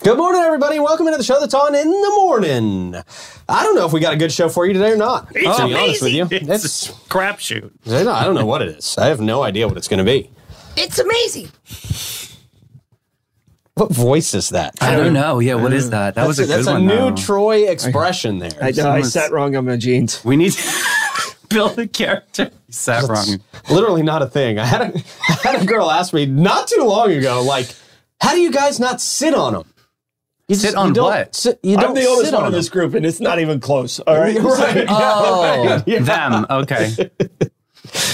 Good morning, everybody. and Welcome into the show that's on in the morning. I don't know if we got a good show for you today or not. It's to be honest with you, amazing. it's, crapshoot. I don't- I don't know what it is. I have no idea what it's going to be. It's amazing. What voice is that? I don't know. Yeah, what is that? That was a That's good a one. uh, new though. Troy expression there. I know I sat wrong on my jeans. we need to build a character. You sat wrong. Literally not a thing. I had a, I had a girl ask me not too long ago, like, how do you guys not sit on them? You Sit just- on you don't what? sit- you I'm don't the oldest sit on one in them. this group, and it's not even close. All right, Right. Oh, Yeah. them. Okay.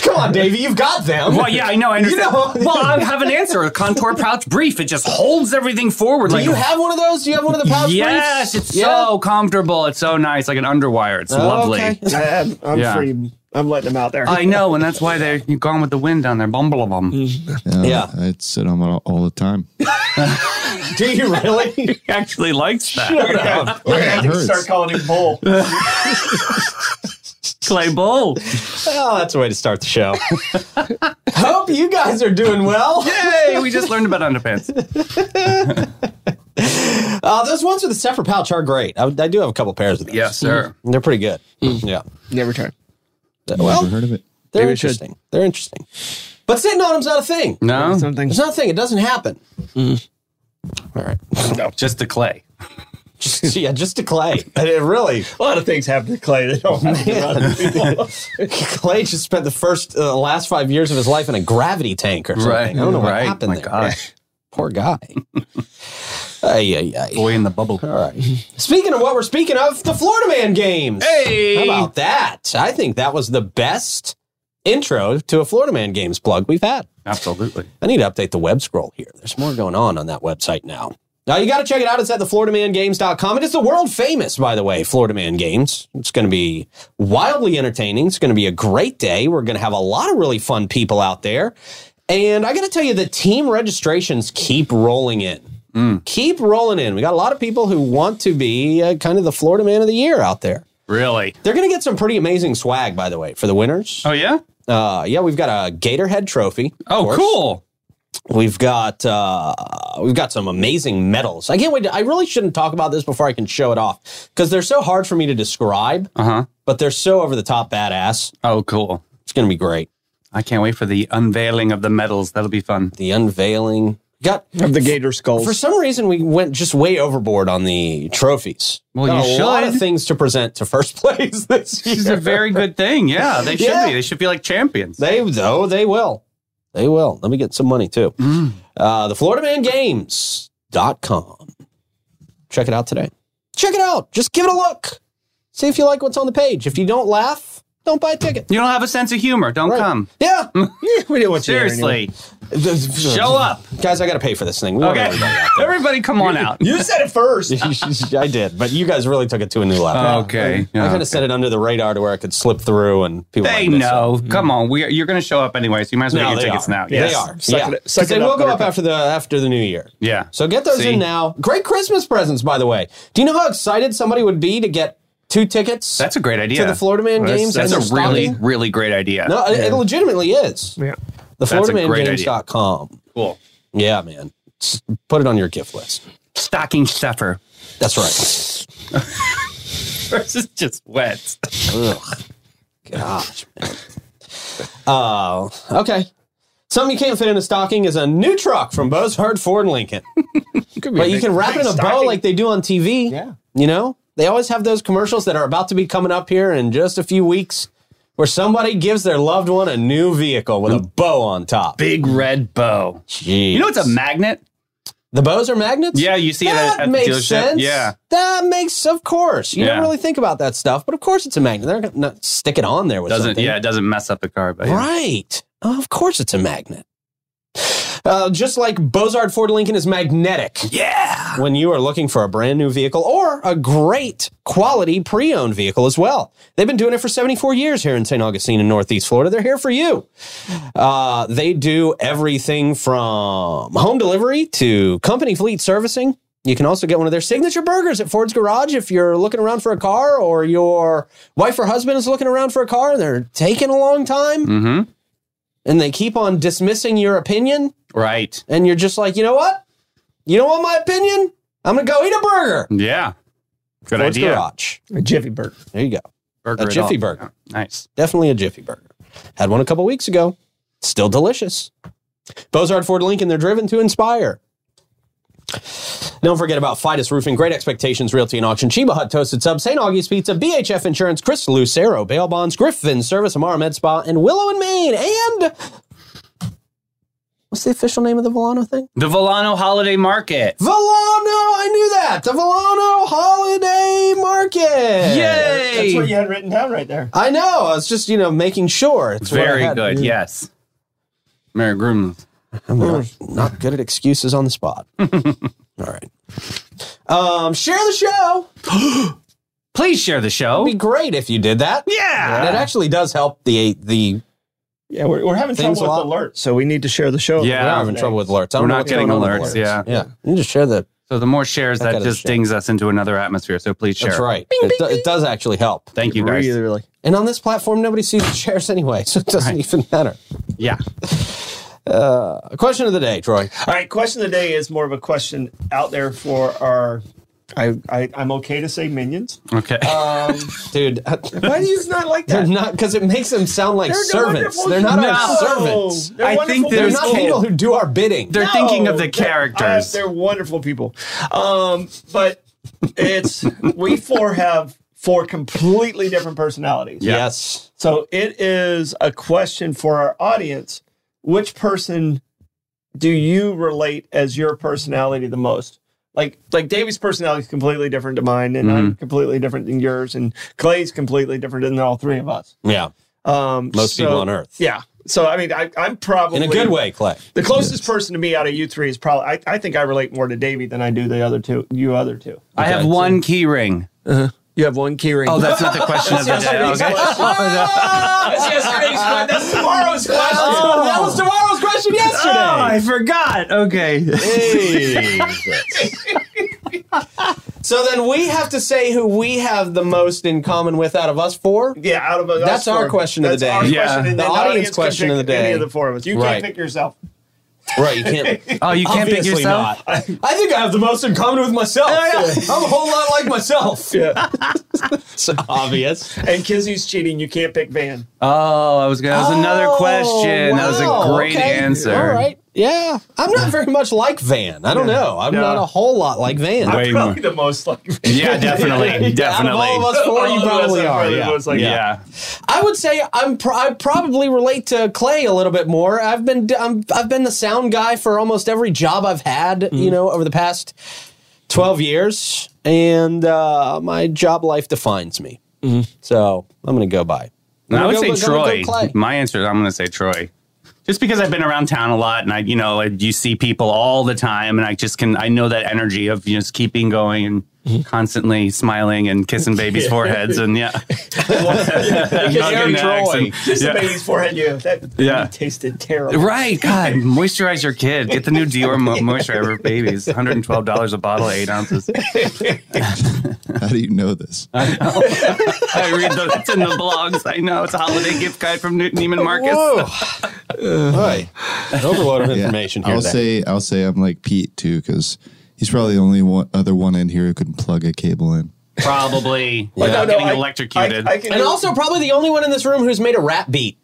Come on, Davey, you've got them. Well, yeah, I know. I understand. know- well, I have an answer. A contour pouch brief. It just holds everything forward. Do like you a- have one of those? Do you have one of the pouch yes, briefs? it's Yeah? so comfortable. It's so nice, like an underwire. It's Oh, lovely. okay. I am, I'm Yeah. free. I'm letting them out there. I know, and that's why they're gone with the wind down there. Bumble bum. Yeah. I sit on all, all the time. Oh, Do you really? He actually likes that. Oh, I it have to start hurts. calling him Bull. Clay Bull. well, that's a way to start the show. Hope you guys are doing well. Yay! We just learned about underpants. Uh, those ones with the separate pouch are great. I, I do have a couple pairs of those. Mm-hmm. Yes, sir. They're pretty good. Yeah. Uh, Never turn. Well, Never heard of it. They're Hmm. Maybe we should. interesting. They're interesting. But sitting on them's not a thing. No, Something. It's not a thing. It doesn't happen. Hmm. All right. just the clay. Just, yeah, just to Clay. And it really, A lot of things happen to Clay that don't happen to other people. Clay just spent the first, uh, last five years of his life in a gravity tank or something. I don't know what right. happened My there. gosh. Poor guy. ay, ay, ay. Boy in the bubble. All right. Speaking of what we're speaking of, the Florida Man games. Hey! How about that? I think that was the best intro to a Florida Man games plug we've had. Absolutely. I need to update the web scroll here. There's more going on on that website now. Now you got to check it out. It's at the FloridaManGames.com. It is the world famous, by the way, Florida Man Games. It's going to be wildly entertaining. It's going to be a great day. We're going to have a lot of really fun people out there. And I got to tell you, the team registrations keep rolling in. Mm. Keep rolling in. We got a lot of people who want to be uh, kind of the Florida Man of the Year out there. Really? They're going to get some pretty amazing swag, by the way, for the winners. Oh yeah. Uh, yeah, we've got a Gator head trophy. of Oh, course. cool. We've got uh, we've got some amazing medals. I can't wait. To, I really shouldn't talk about this before I can show it off because they're so hard for me to describe, Uh huh. but they're so over the top badass. Oh, cool. It's gonna be great. I can't wait for the unveiling of the medals. That'll be fun. The unveiling. Got Of the Gator skulls. for some reason we went just way overboard on the trophies. Well, Got you a lot should. of things to present to first place this This is a year. very good thing. Yeah, they should Yeah. be. They should be like champions. They though they will, they will. Let me get some money too. Uh, the Florida Man Games.com. Check it out today. Check it out. Just give it a look. See if you like what's on the page. If you don't laugh, don't buy a ticket. you don't have a sense of humor. Don't Right. come. Yeah. we didn't want you there anyway. Seriously, show up. Guys, I got to pay for this thing. We want Okay, everybody out there. everybody, come on out. You said it first. I did, but you guys really took it to a new level. Okay. I kind Yeah. of set it under the radar to where I could slip through and people. They might miss it. know. Come on, we are, you're going to show up anyway, so you might as well Mm-hmm. No, get they your tickets are. now. They Yes. are. Suck yeah. it- suck 'Cause they it up, will go up Buttercup. after the after the new year. Yeah. So get those See? in now. Great Christmas presents, by the way. Do you know how excited somebody would be to get two tickets That's a great idea. to the Florida Man That's- games? That's in a their really, stocking? really great idea. no. It, it legitimately is yeah. the That's a great FloridaManGames.com. Cool. Yeah, man. S- Put it on your gift list. Stocking stuffer That's right. versus just wet. Ugh. Gosh, man. Oh, okay. Something you can't fit in a stocking is a new truck from Bose Hard Ford Lincoln. But you can wrap it in a bow stocking. like they do on TV. Yeah. You know, they always have those commercials that are about to be coming up here in just a few weeks where somebody gives their loved one a new vehicle with a bow on top. Big red bow. Jeez. Mm. You know it's a magnet? The bows are magnets? Yeah, you see it That at, at the makes dealership. sense. Yeah. That makes, of course. You don't Yeah. really think about that stuff, but of course it's a magnet. They're not gonna stick it on there with Doesn't something. yeah, it doesn't mess up the car, but yeah. Right. of course it's a magnet. Uh, just like Bozard Ford Lincoln is magnetic. Yeah. when you are looking for a brand new vehicle or a great quality pre owned vehicle as well. They've been doing it for 74 years here in St. Augustine in Northeast Florida. They're here for you. Uh, they do everything from home delivery to company fleet servicing. You can also get one of their signature burgers at Ford's Garage if you're looking around for a car or your wife or husband is looking around for a car and they're taking a long time Mm-hmm. and they keep on dismissing your opinion Right. and you're just like, you know what? You don't want my opinion? I'm gonna go eat a burger. Yeah. Good Ford's idea. Garage. A Jiffy Burger. There you go. Burger A it Jiffy up. burger. Yeah, Nice. Definitely a Jiffy burger. Had one a couple weeks ago. Still delicious. Bozard Ford Lincoln, they're driven to inspire. Don't forget about Fidus Roofing, Great Expectations Realty and Auction, Chiba Hut Toasted Sub, St. Augie's Pizza, BHF Insurance, Chris Lucero, Bail Bonds, Griffin Service, Amara Med Spa, and Willow and Maine. And what's the official name of the Volano thing? The Volano Holiday Market. Volano, I knew that. The Volano Holiday Market. That's what Yay! you had written down right there. I know. I was just, you know, making sure. It's what I Very had. good. Yes. Merry Groom. I'm not, not good at excuses on the spot. All right. Um, share the show. Please share the show. It'd be great if you did that. And it Oh. Yeah. actually does help the the Yeah, we're, we're having Things trouble with a alerts, so we need to share the show. Yeah. we're having trouble with alerts. I don't We're know not what's getting going on with alerts. Yeah. Yeah. You just share the So the more shares, That that gotta just share. dings us into another atmosphere. So please share. That's right. it, do- it does actually help. Thank you guys. Really. And on this platform, nobody sees the shares anyway, so it doesn't even matter. Yeah. A question of the day, Troy. All right, question of the day is more of a question out there for our. I, I I'm okay to say minions. Okay. Uh, Dude, uh, Why do you not like they're that? not because it makes them sound like They're servants. wonderful- They're not No. our servants. They're I think wonderful they're They're people. not people who do our bidding. They're thinking of the they're- characters. uh, They're, wonderful people. Um, but it's we four have four completely different personalities. Yeah. Yes. So it is a question for our audience. Which person do you relate as your personality the most? Like like Davey's personality is completely different to mine, and Mm-hmm. I'm completely different than yours, and Clay's completely different than all three of us. Yeah. Um, Most people on Earth. Yeah. So I mean, I, I'm probably In a good way, Clay. The closest person to me out of you three is probably I, I think I relate more to Davey than I do the other two. You other two. I have one key ring. Uh-huh. You have one keyring. Oh, that's not the question of the day. Okay. That's yesterday's question. That's tomorrow's question. that was tomorrow's question yesterday. Oh, forgot. Okay. so then we have to say who we have the most in common with out of us four. yeah, out of us That's our four. question of the That's day. Our Yeah. question, and The then audience can question pick of the Any day. of the four of us. You Right. can't pick yourself. Right, you can't. Oh, you can't pick Obviously yourself. not. I think I have the most in common with myself. I'm a whole lot like myself. Yeah. It's obvious. and Kizzy's cheating. You can't pick Van. Oh, I was. gonna- That was another Oh, question. That was a wow. great Okay. answer. All right. Yeah. I'm not very much like Van. I don't know. I'm No. not a whole lot like Van. Wait. Way I'm probably the most like. Yeah, definitely, Out of definitely. all of us four, you All of us probably are are. probably the yeah. most like- yeah. yeah. I would say I'm. Pro- I probably relate to Clay a little bit more. I've been. I'm, I've been the sound guy for almost every job I've had. You know, over the past twelve years, and uh, my job life defines me. So I'm going to go by. No, I would Go- say go- go- go Troy. Clay. My answer is I'm going to say Troy. Just because I've been around town a lot and I, you know, I, you see people all the time and I just can, I know that energy of you know, just keeping going Mm-hmm. and constantly smiling and kissing babies' foreheads and yeah. Nugging necks and- Just yeah. the baby's forehead. You that Yeah. tasted terrible. Right. God, moisturize your kid. Get the new Dior mo- moisturizer for babies. $112 a bottle, eight ounces. How do you know this? I read those. It's in the blogs. I know. It's a holiday gift guide from Newton Neiman Marcus. Whoa. Hi. An overload of information here. I'll today. say I'll say I'm like Pete too because he's probably the only one other one in here who can plug a cable in. Probably. But Without no, no, getting I- electrocuted. I, I can and also probably the only one in this room who's made a rap beat.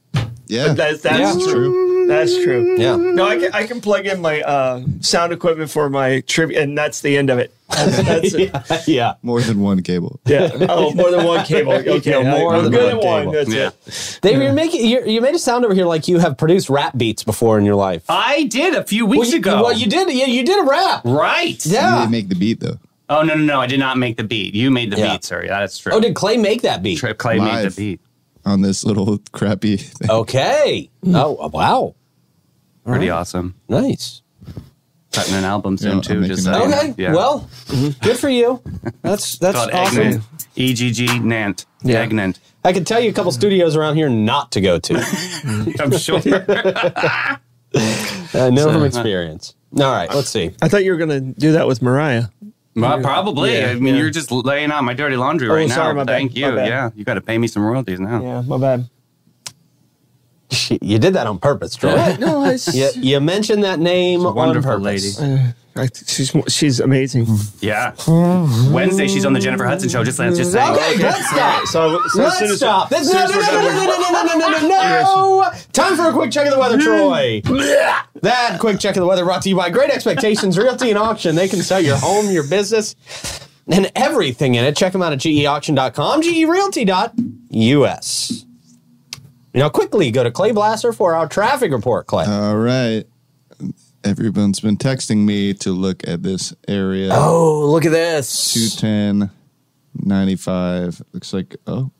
Yeah, That's, that's Yeah. true. That's true. Yeah. No, I can, I can plug in my uh, sound equipment for my trivia, and that's the end of it. That's, that's it. yeah. more than one cable. Yeah. Oh, more than one cable. Okay. Yeah, more I'm than good one at one. cable. That's Yeah. it. Dave, you're making you're, you made a sound over here like you have produced rap beats before in your life. I did a few well, weeks you, ago. well, you did. Yeah, you did a rap. right. You Yeah. didn't make the beat though. Oh no no no! I did not make the beat. You made the Yeah. beat, sir. Yeah, that's true. Oh, did Clay make that beat? Tri- Clay made Live. the beat. On this little crappy thing. Okay. Oh, wow. Pretty awesome. Nice. Cutting an album soon Yeah, I'm too. Just so making that. you know. Okay. Yeah. Well, good for you. That's that's called awesome. Egnant. EGG Nant. Yeah. Egnant. I could tell you a couple studios around here not to go to. I'm sure. I know from experience. All right, let's see. I thought you were going to do that with Mariah. well, probably. Yeah, I mean, yeah. Oh, you're just laying out my dirty laundry right sorry, now. my bad, Thank my you. bad. Yeah, you got to pay me some royalties now. Yeah, my bad. You did that on purpose, Troy. No, I, you, you mentioned that name a wonderful on purpose. lady. I, she's she's amazing. Yeah. Wednesday, she's on the Jennifer Hudson show. Just, just saying. Okay, let's stop. So, so as Let's soon as stop. As That's, soon no, as no, no, we're done, no, we're- no, no, no, no, no, no, no, no. Time for a quick check of the weather, Troy. that quick check of the weather brought to you by Great Expectations Realty and Auction. They can sell your home, your business, and everything in it. Check them out at geauction.com, gerealty.us. Now, quickly go to Clay Blaster for our traffic report, Clay. All right. Everyone's been texting me to look at this area. oh, look at this. 210, 95. Looks like, oh,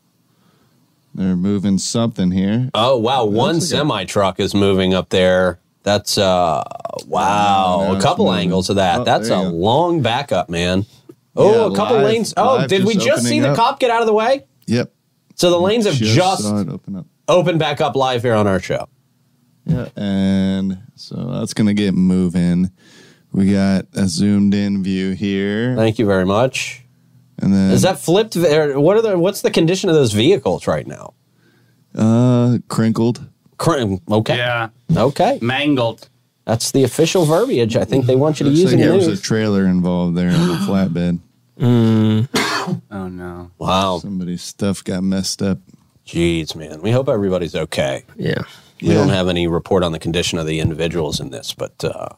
they're moving something here. Oh, wow. One semi truck is moving up there. That's uh wow, No, a it's couple moving. angles of that. Oh, That's a there you go. long backup, man. Oh, Yeah, a couple live- lanes. Oh, live did we just just see opening the up. cop get out of the way? Yep. So the lanes have just, saw it open up. opened back up live here on our show. Yeah. And so that's going to get moving. We got a zoomed in view here. Thank you very much. and then Is that flipped there? What are the what's the condition of those vehicles right now? uh, crinkled. Crim- Okay. Yeah. Okay. Mangled. That's the official verbiage I think they want you to Looks use in like the there was a news. trailer involved there in the flatbed. Oh, no. Wow. Somebody's stuff got messed up. Jeez, man. We hope everybody's okay. yeah. We don't have any report on the condition of the individuals in this, but uh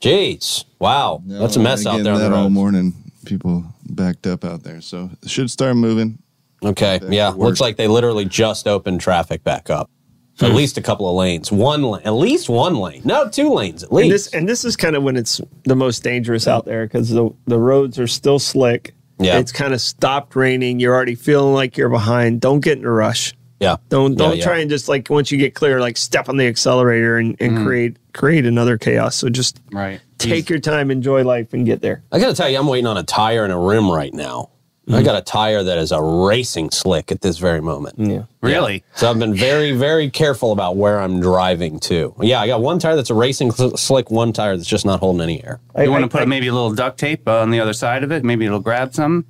jeez, wow, that's a mess out Again, there on that the all road. morning. People backed up out there, so it should start moving. okay, yeah, work. looks like they literally just opened traffic back up. Hmm. At least a couple of lanes, one lane, at least one lane, no, two lanes at And this least. and this is kind of when it's the most dangerous out there because the the roads are still slick. Yeah. It's kind of stopped raining. You're already feeling like you're behind. Don't get in a rush. yeah, Don't Yeah, don't yeah. try and just like once you get clear, like step on the accelerator and, and create create another chaos. So just Right. take your time, enjoy life, and get there. I gotta tell you, I'm waiting on a tire and a rim right now. Hmm. I got a tire that is a racing slick at this very moment. Yeah. Really? So I've been very, very careful about where I'm driving to. Yeah, I got one tire that's a racing sl- slick, one tire that's just not holding any air. I, You want I- to put I- maybe a little duct tape on the other side of it? Maybe it'll grab some?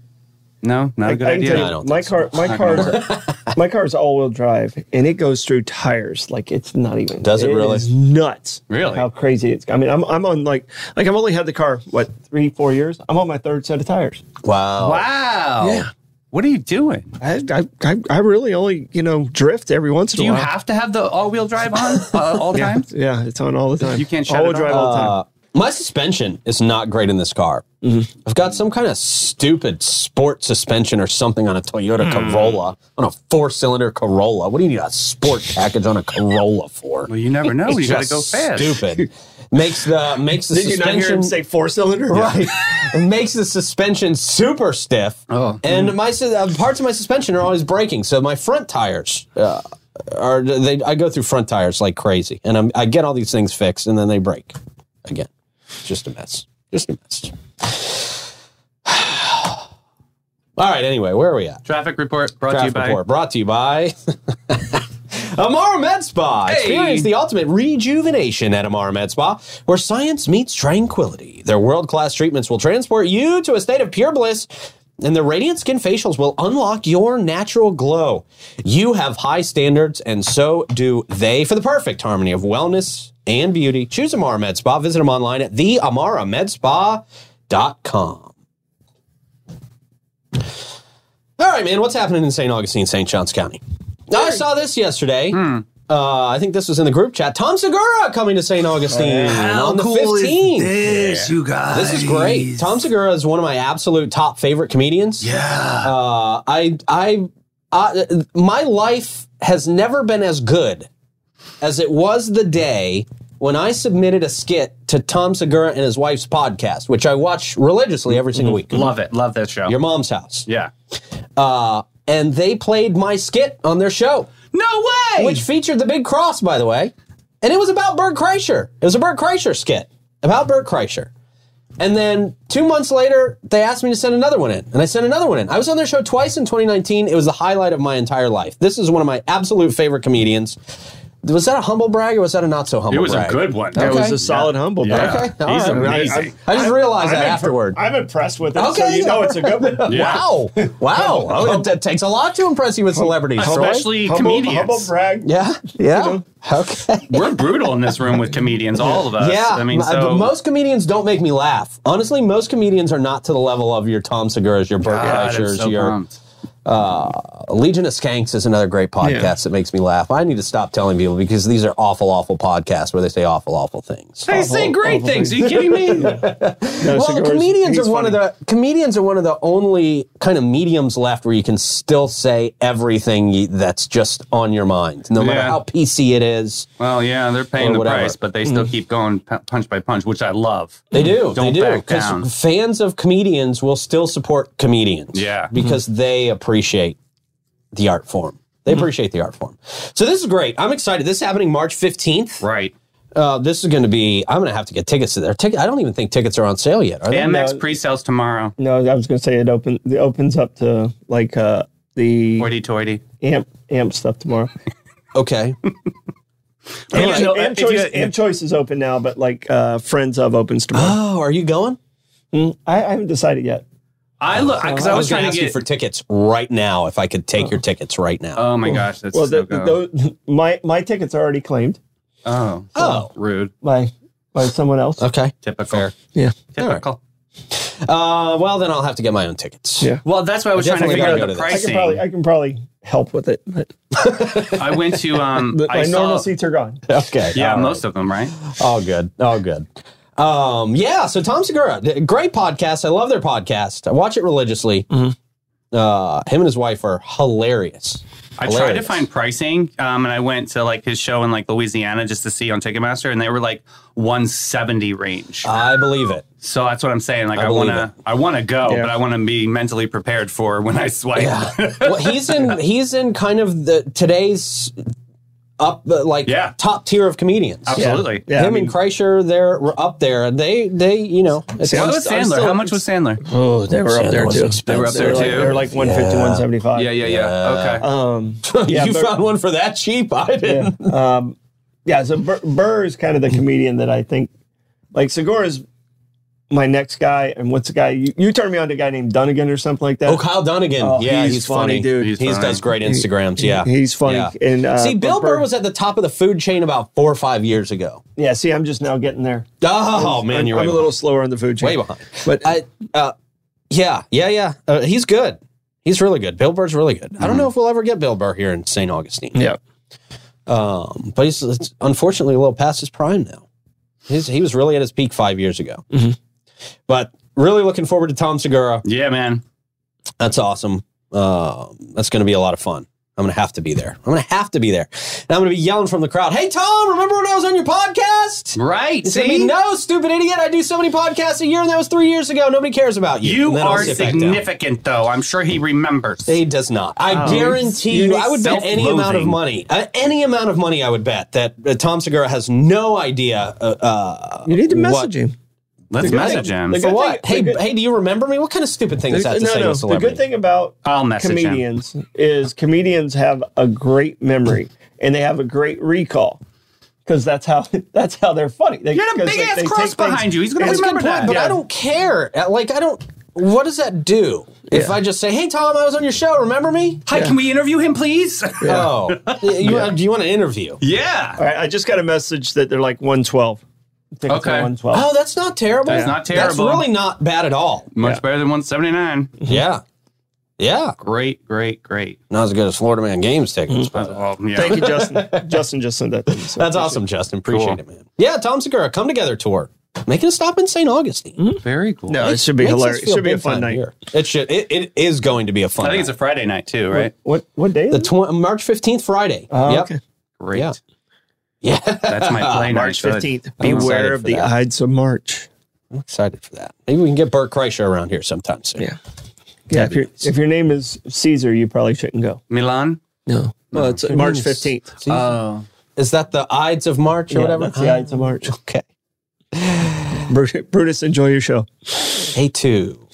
No? Not a good I can idea? tell you, I don't my think so. car my car's my car's all wheel drive and it goes through tires like it's not even Does it really? is nuts Really? how crazy it's I mean I'm I'm on like like I've only had the car what three four years I'm on my third set of tires Wow. Wow. Yeah. What are you doing? I I I, I really only you know drift every once in Do a you while have to have the all wheel drive on uh, all the time? yeah it's on all the time You can't shut all-wheel it drive off? all the time Uh, my suspension is not great in this car. Mm-hmm. I've got some kind of stupid sport suspension or something on a Toyota Hmm. Corolla, on a four cylinder Corolla. What do you need a sport package on a Corolla for? Well, you never know. You got to Just go fast. Stupid. makes the makes the did you not Uh, suspension hear him say four cylinder right makes the suspension super stiff. Oh. And my su- uh, parts of my suspension are always breaking, so my front tires uh, are they I go through front tires like crazy, and I'm, I get all these things fixed, and then they break again. It's Just a mess. Just a mess. All right. Anyway, where are we at? Traffic report brought Draft to you by. report brought to you by Amara Med Spa. Experience the ultimate rejuvenation at Amara Med Spa, where science meets tranquility. Their world class treatments will transport you to a state of pure bliss. And their radiant skin facials will unlock your natural glow. You have high standards, and so do they. For the perfect harmony of wellness and beauty, choose Amara Med Spa. Visit them online at theamaramedspa.com. All right, man. What's happening in St. Augustine, St. Johns County? I saw this yesterday. Hmm. Uh, I think this was in the group chat. Tom Segura coming to St. Augustine Oh, on the 15th. this, you guys? This is great. Tom Segura is one of my absolute top favorite comedians. Yeah. Uh, I, I, I, my life has never been as good as it was the day when I submitted a skit to Tom Segura and his wife's podcast, which I watch religiously every single week. Love it. Love that show. Your mom's house. yeah. Uh, and they played my skit on their show, No way. which featured the big cross, by the way. And it was about Bert Kreischer. It was a Bert Kreischer skit about Bert Kreischer. And then two months later, they asked me to send another one in, and I sent another one in. I was on their show twice in 2019. It was the highlight of my entire life. This is one of my absolute favorite comedians. Was that a humble brag or was that a not so humble? It was a brag? good one. That Okay. was a solid humble Okay, brag. all He's right. amazing. I just realized that I'm impre- afterward. I'm impressed with it. so Okay. you know it's a good one. Yeah. Wow! Wow! Oh, it, it takes a lot to impress you with celebrities, Troy. Especially comedians. Humble brag. Yeah, yeah. Okay. We're brutal in this room with comedians, all of us. Yeah, I mean, m- so most comedians don't make me laugh. Honestly, most comedians are not to the level of your Tom Segura's, your Burt God, I'm Kreischer's, so your pumped. Legion of Skanks is another great podcast Yeah. that makes me laugh. I need to stop telling people because these are awful, awful podcasts where they say awful, awful things. They say great things. Are you kidding me? No, well, Segura's- comedians he's are one of funny. the comedians are one of the only kind of mediums left where you can still say everything y- that's just on your mind, no matter Yeah. how PC it is. well, yeah, they're paying Or the whatever. Mm. price, but they still keep going p- punch by punch, which I love. They do. they Don't do. back down. fans of comedians will still support comedians. Yeah. Because they appreciate the art form. They appreciate the art form. So this is great. I'm excited. This is happening March 15th. Right. Uh, this is going to be, I'm going to have to get tickets to there. Ticket, I don't even think tickets are on sale yet. Are they? uh, AMX pre-sales tomorrow. No, I was going to say it open. It opens up to like uh, the Hoity-toity. amp amp stuff tomorrow. Okay. Yeah, no, amp, if you- choice, amp choice is open now, but like uh, friends of opens tomorrow. Mm, Oh, are you going? I, I haven't decided yet. I look because I, I was was going to trying ask to you get. for tickets right now if I could take your tickets right now. oh my gosh, that's Well, so the, good. those, my my tickets are already claimed oh, Oh. rude, by by someone else. okay. typical, Yeah, typical. Uh, well, then I'll have to get my own tickets. Yeah. Well, that's why I was I trying definitely to figure out gotta the go to I can pricing. probably I, I can probably help with it, but went to um, my I saw, normal seats are gone. Okay. yeah, all right. most of them, right? All good. All good. Um, yeah. So Tom Segura, th- great podcast. I love their podcast. I watch it religiously. Uh, him and his wife are hilarious. I tried to Hilarious. find pricing, um, and I went to like his show in like Louisiana just to see on Ticketmaster, and they were like 170 range. I believe it. so that's what I'm saying. Like I, Uh, believe wanna, I wanna go, Yeah. but I wanna be mentally prepared for when I swipe. well, he's in he's in kind of the today's up the like Yeah. top tier of comedians. Absolutely. Yeah, Him I mean- and Kreischer, they're were up there. They they you know. It's, What was I'm Sandler? still- How much was Sandler? Oh, they were up there was too. expensive. They were up there They're like, too. they're like 150, 175. Yeah, yeah, yeah. uh, Okay. Um, yeah, you Bur- found one for that cheap? I didn't. yeah. Um, yeah, so Bur- Burr is kind of the comedian that I think, like Segura is my next guy, and what's the guy you, you turned me on to a guy named Dunnigan or something like that. Oh, Kyle Donegan. Oh, yeah, he's, he's funny, funny, dude. He's, He's funny. does great Instagrams. Yeah, he's funny. Yeah. And uh, See, but Bill Burr was at the top of the food chain about four or five years ago. Yeah, see, I'm just now getting there. Oh man, I'm, you're I'm way a little slower on the food chain. behind. way behind. But I, uh, yeah, yeah, yeah. Uh, he's good. He's really good. Bill Burr's really good. I don't know if we'll ever get Bill Burr here in St. Augustine. yeah, Um, but he's it's unfortunately a little past his prime now. He's, he was really at his peak five years ago. But really looking forward to Tom Segura. Yeah, man. That's awesome. Uh, that's going to be a lot of fun. I'm going to have to be there. I'm going to have to be there. And I'm going to be yelling from the crowd, Hey, Tom, remember when I was on your podcast? Right. It's gonna be, see? no, stupid idiot. I do so many podcasts a year, and that was three years ago. Nobody cares about you. You And then I'll are sit back down. significant, though. I'm sure he remembers. He does not. I Oh. guarantee you, You I would bet any self-loathing. amount of money, uh, any amount of money, I would bet that uh, Tom Segura has no idea. Uh, uh, you need to what- message him. Let's message him. the For good what? thing- Hey, the good- hey, do you remember me? What kind of stupid thing is that to say to a the celebrity? good thing about I'll message him. comedians is comedians have a great memory and they have a great recall because that's how that's how they're funny. They, You got a 'cause big they- they ass take cross behind things- you. He's gonna That's a good remember point, that. but I yeah. don't care. Uh, Like, I don't. What does that do? If Yeah. I just say, "Hey, Tom, I was on your show. Remember me?" Hi, can we interview him, please? Oh, you, uh, do you want an interview? yeah. All right, I just got a message that they're like one twelve. Okay. one twelve. Oh, that's not terrible. Mm-hmm. That's not That's terrible. really not bad at all. Much better than 179. Yeah, yeah, Great, great, great. not as good as Florida Man games tickets, but Well, yeah. Thank you, Justin. Justin just sent that. To me, Mm-hmm. so Uh, That's appreciate awesome, Justin. Appreciate Cool. it, man. Yeah, Tom Segura, come together tour. Make it a stop in St. Augustine. Very cool. it. No, it should be Makes us hilarious. It feel should be a big fun time night. here. It should. It, it is going to be a fun. I think it's a night. Friday night too, right? What what day? Is the it? tw- March fifteenth, Friday. Oh, yep. okay. Great. Yeah. Yeah, That's my play March night. Good. fifteenth. I'm excited Beware of for the that. Ides of March. I'm excited for that. Maybe we can get Bert Kreischer around here sometime soon. Yeah. Yeah, if, your if your name is Caesar, you probably shouldn't go. Milan? No, well, it's Your March name is- fifteenth. See? Oh. is that the Ides of March or Yeah, whatever? that's the Ides of March. Okay. Brutus, enjoy your show. A two.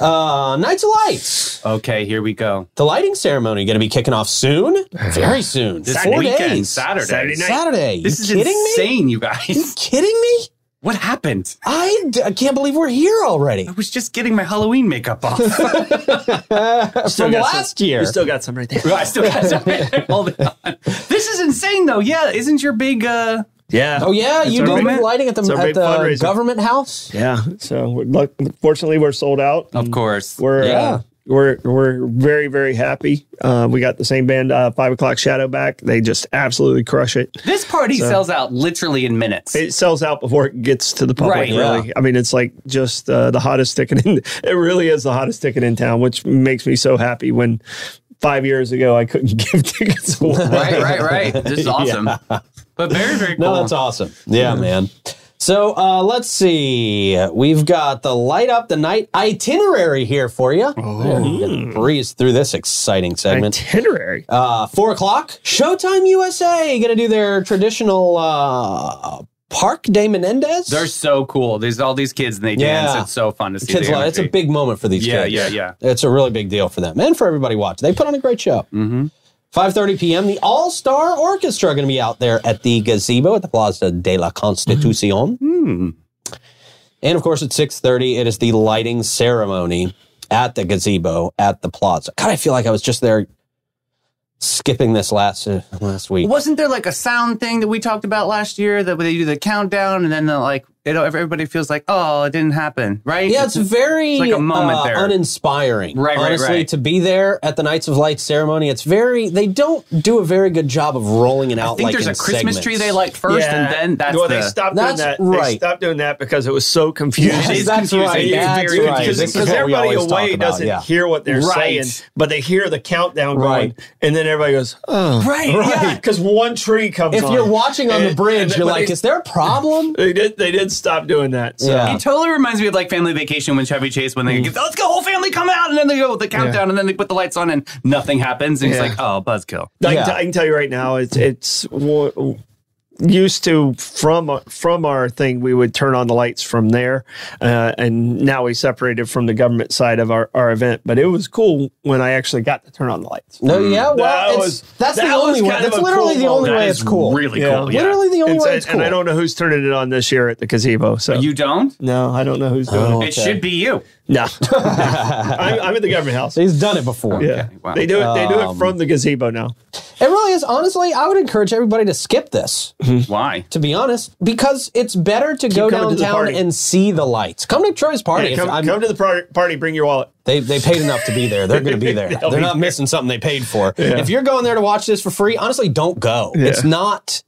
Uh, Knights of Lights. Okay, here we go. The lighting ceremony going to be kicking off soon. Very soon. This Four weekend, days. Saturday. Saturday night. Saturday. This you is kidding me? insane, you You guys. kidding me? What happened? I, d- I can't believe we're here already. I was just getting my Halloween makeup off. From got last year. You still got some right there. I still got something. Hold on. This is insane, though. Yeah, isn't your big? uh Yeah. Oh yeah, you our did big- the lighting at the it's our at big the fundraiser. government house. Yeah. So we're, luck- fortunately, we're sold out. Of course. We're Yeah. uh, we're we're very very happy. Uh, we got the same band, uh, Five O'clock Shadow, back. They just absolutely crush it. This party sells out literally in minutes. It sells out before it gets to the public. Right, really, I mean, it's like just uh, the hottest ticket. In, it really is the hottest ticket in town, which makes me so happy. When five years ago I couldn't give tickets away. right, right, right. This is awesome. But very, very cool. No, that's awesome. Yeah, man. So uh, let's see. We've got the light up the night itinerary here for you. We're gonna breeze through this exciting segment. Itinerary. Uh, four o'clock. Showtime USA going to do their traditional uh, Park de Menendez. They're so cool. There's all these kids and they Yeah. dance. It's so fun to see. kids. the love it. It's a energy. big moment for these Yeah, kids. yeah, yeah. It's a really big deal for them and for everybody watching. They put on a great show. Mhm. 5.30 p.m., the All-Star Orchestra are going to be out there at the gazebo at the Plaza de la Constitucion. Hmm. And, of course, at 6.30, it is the lighting ceremony at the gazebo at the plaza. God, I feel like I was just there skipping this last uh, last week. Wasn't there like a sound thing that we talked about last year that they do the countdown and then they're like it, everybody feels like oh it didn't happen right? Yeah, it's very like a moment uh, there. uninspiring. Right, right, honestly, right. to be there at the Knights of Light ceremony, it's very. They don't do a very good job of rolling it out. I think like there's in a Christmas segments. tree they like first and then that's well, the, they stopped That's doing that. They right. stopped doing that because it was so It Yes, confusing. is that's confusing. right. It is That's very right. confusing This is Because what we everybody always talk away about, doesn't yeah. hear what they're Right. saying, but they hear the countdown going, Right. and then everybody goes, "Oh, Right, yeah. Because one tree comes. If on. you're watching on the And- bridge, and you're but like, they- is there a problem? They did. They did stop doing that. So. Yeah. It totally reminds me of like Family Vacation when Chevy Chase when Mm. they go, let's go whole family come out and then they go with the countdown and then they put the lights on and nothing happens and Yeah. he's like oh buzzkill. I, Yeah. can t- I can tell you right now, it's it's wa- used to from from our thing. We would turn on the lights from there, uh, and now we separated from the government side of our, our event. But it was cool when I actually got to turn on the lights. No, yeah, well, That it's, was- that's the that was only way. kind of That's a literally cool the only moment. way That it's is cool. really Yeah. cool. Yeah. Literally the only And, so- way it's cool. and I don't know who's turning it on this year at the gazebo. So you don't. no, I don't know who's doing Oh. it. It Okay. should be you. No, I'm, I'm at the government house. He's done it before. Yeah, wow. they do it. They do it from Um, the gazebo now. It really is. Honestly, I would encourage everybody to skip this. Why? to be honest, because it's better to go coming to the downtown party. and see the lights. Come to Troy's party. Yeah, if come, I'm- come to the par- party. Bring your wallet. They, they paid enough to be there. They're going to be there. They're be not missing something they paid for. If you're going there to watch this for free, honestly, don't go. It's not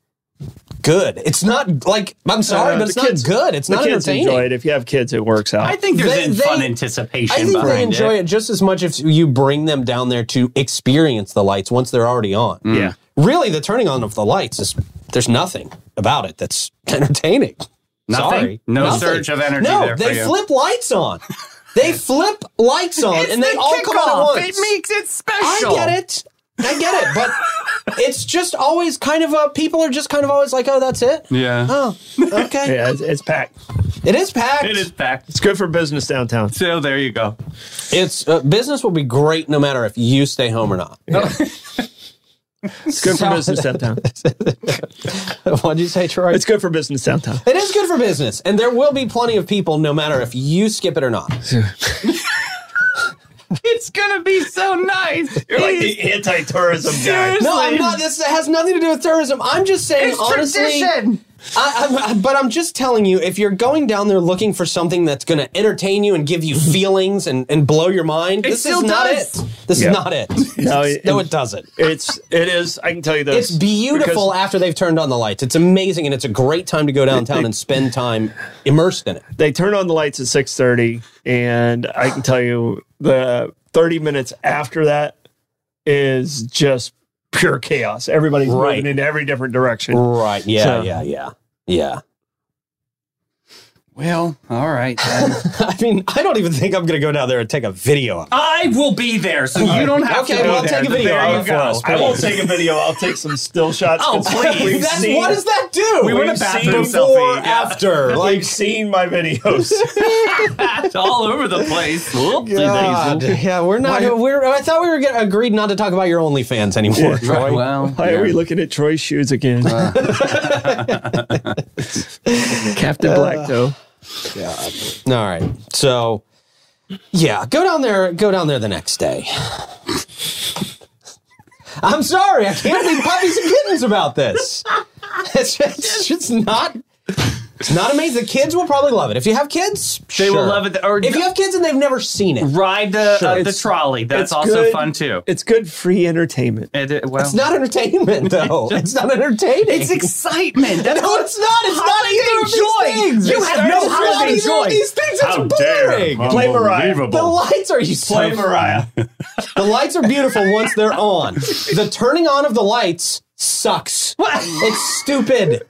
good. It's not like I'm sorry, Uh, but it's the not kids- good. It's The not kids entertaining. enjoy it. If you have kids, it works out. I think there's They- in fun they- anticipation I think behind they enjoy it. it just as much if you bring them down there to experience the lights once they're already on. Mm. yeah. Really, the turning on of the lights is there's nothing about it that's entertaining. Nothing? Sorry. No surge of energy No, there for they you. flip lights on. They flip lights on, and they all come on at once. It makes it I special. get it. I get it, but it's just always kind of a people are just kind of always like, oh, that's it. Yeah. Oh, okay. Yeah, it's, it's packed. It is packed. It is packed. It's good for business downtown. So there you go. It's uh, business will be great no matter if you stay home or not. It's good for So- business downtown. What'd you say, Troy? It's good for business downtown. It is good for business, and there will be plenty of people no matter if you skip it or not. It's gonna be so nice. You're like, it- anti-tourism Seriously? No, I'm not. This has nothing to do with terrorism. I'm just saying, it's honestly. tradition. I, I'm, I- but I'm just telling you, if you're going down there looking for something that's going to entertain you and give you feelings and, and blow your mind, this is still not does. it. This Yeah. is not it. No, it- no, it doesn't. It's it is. I can tell you this. It's beautiful after they've turned on the lights. It's amazing, and it's a great time to go downtown and spend time immersed in it. They turn on the lights at six thirty, and I can tell you the thirty minutes after that is just pure chaos. Everybody's Right. moving in every different direction. Right. Yeah. So- yeah. Yeah. Yeah. Well, all right. then. I mean, I don't even think I'm going to go down there and take a video of it. I will be there, so you don't have Okay, to. go well, I'll there. take a video There of you it go. for us, I won't take a video. I'll take some still shots. Oh, 'cause please. we've That's seen- what does that do? We went We've to bathroom seen before, selfie. Yeah. after, like We've seen my videos. It's all over the place. Whoopsie God. daisy. Yeah, we're not. We're. I thought we were gonna, agreed not to talk about your OnlyFans anymore. Right, well, Why are we looking at Troy's shoes again? Uh. Uh, Captain Black, though. All right. So, yeah, go down there. Go down there the next day. I'm sorry, I can't be puppies and kittens about this. It's just, it's just not. It's not amazing. The kids will probably love it. If you have kids, They will sure. love it, or- if you have kids and they've never seen it, Ride the Sure. uh, the It's- trolley. That's it's also good. fun too. It's good free entertainment. It, it- well, it's not entertainment though. It's not entertaining. It's excitement. That's no, it's not. It's not holiday either of these joy. things. You It's have not- no it's not holiday either of joy. These things. It's How boring. dare. Play Mariah. The Unbelievable. lights are you so Play Mariah. The lights are beautiful once they're on. The turning on of the lights sucks. It's stupid.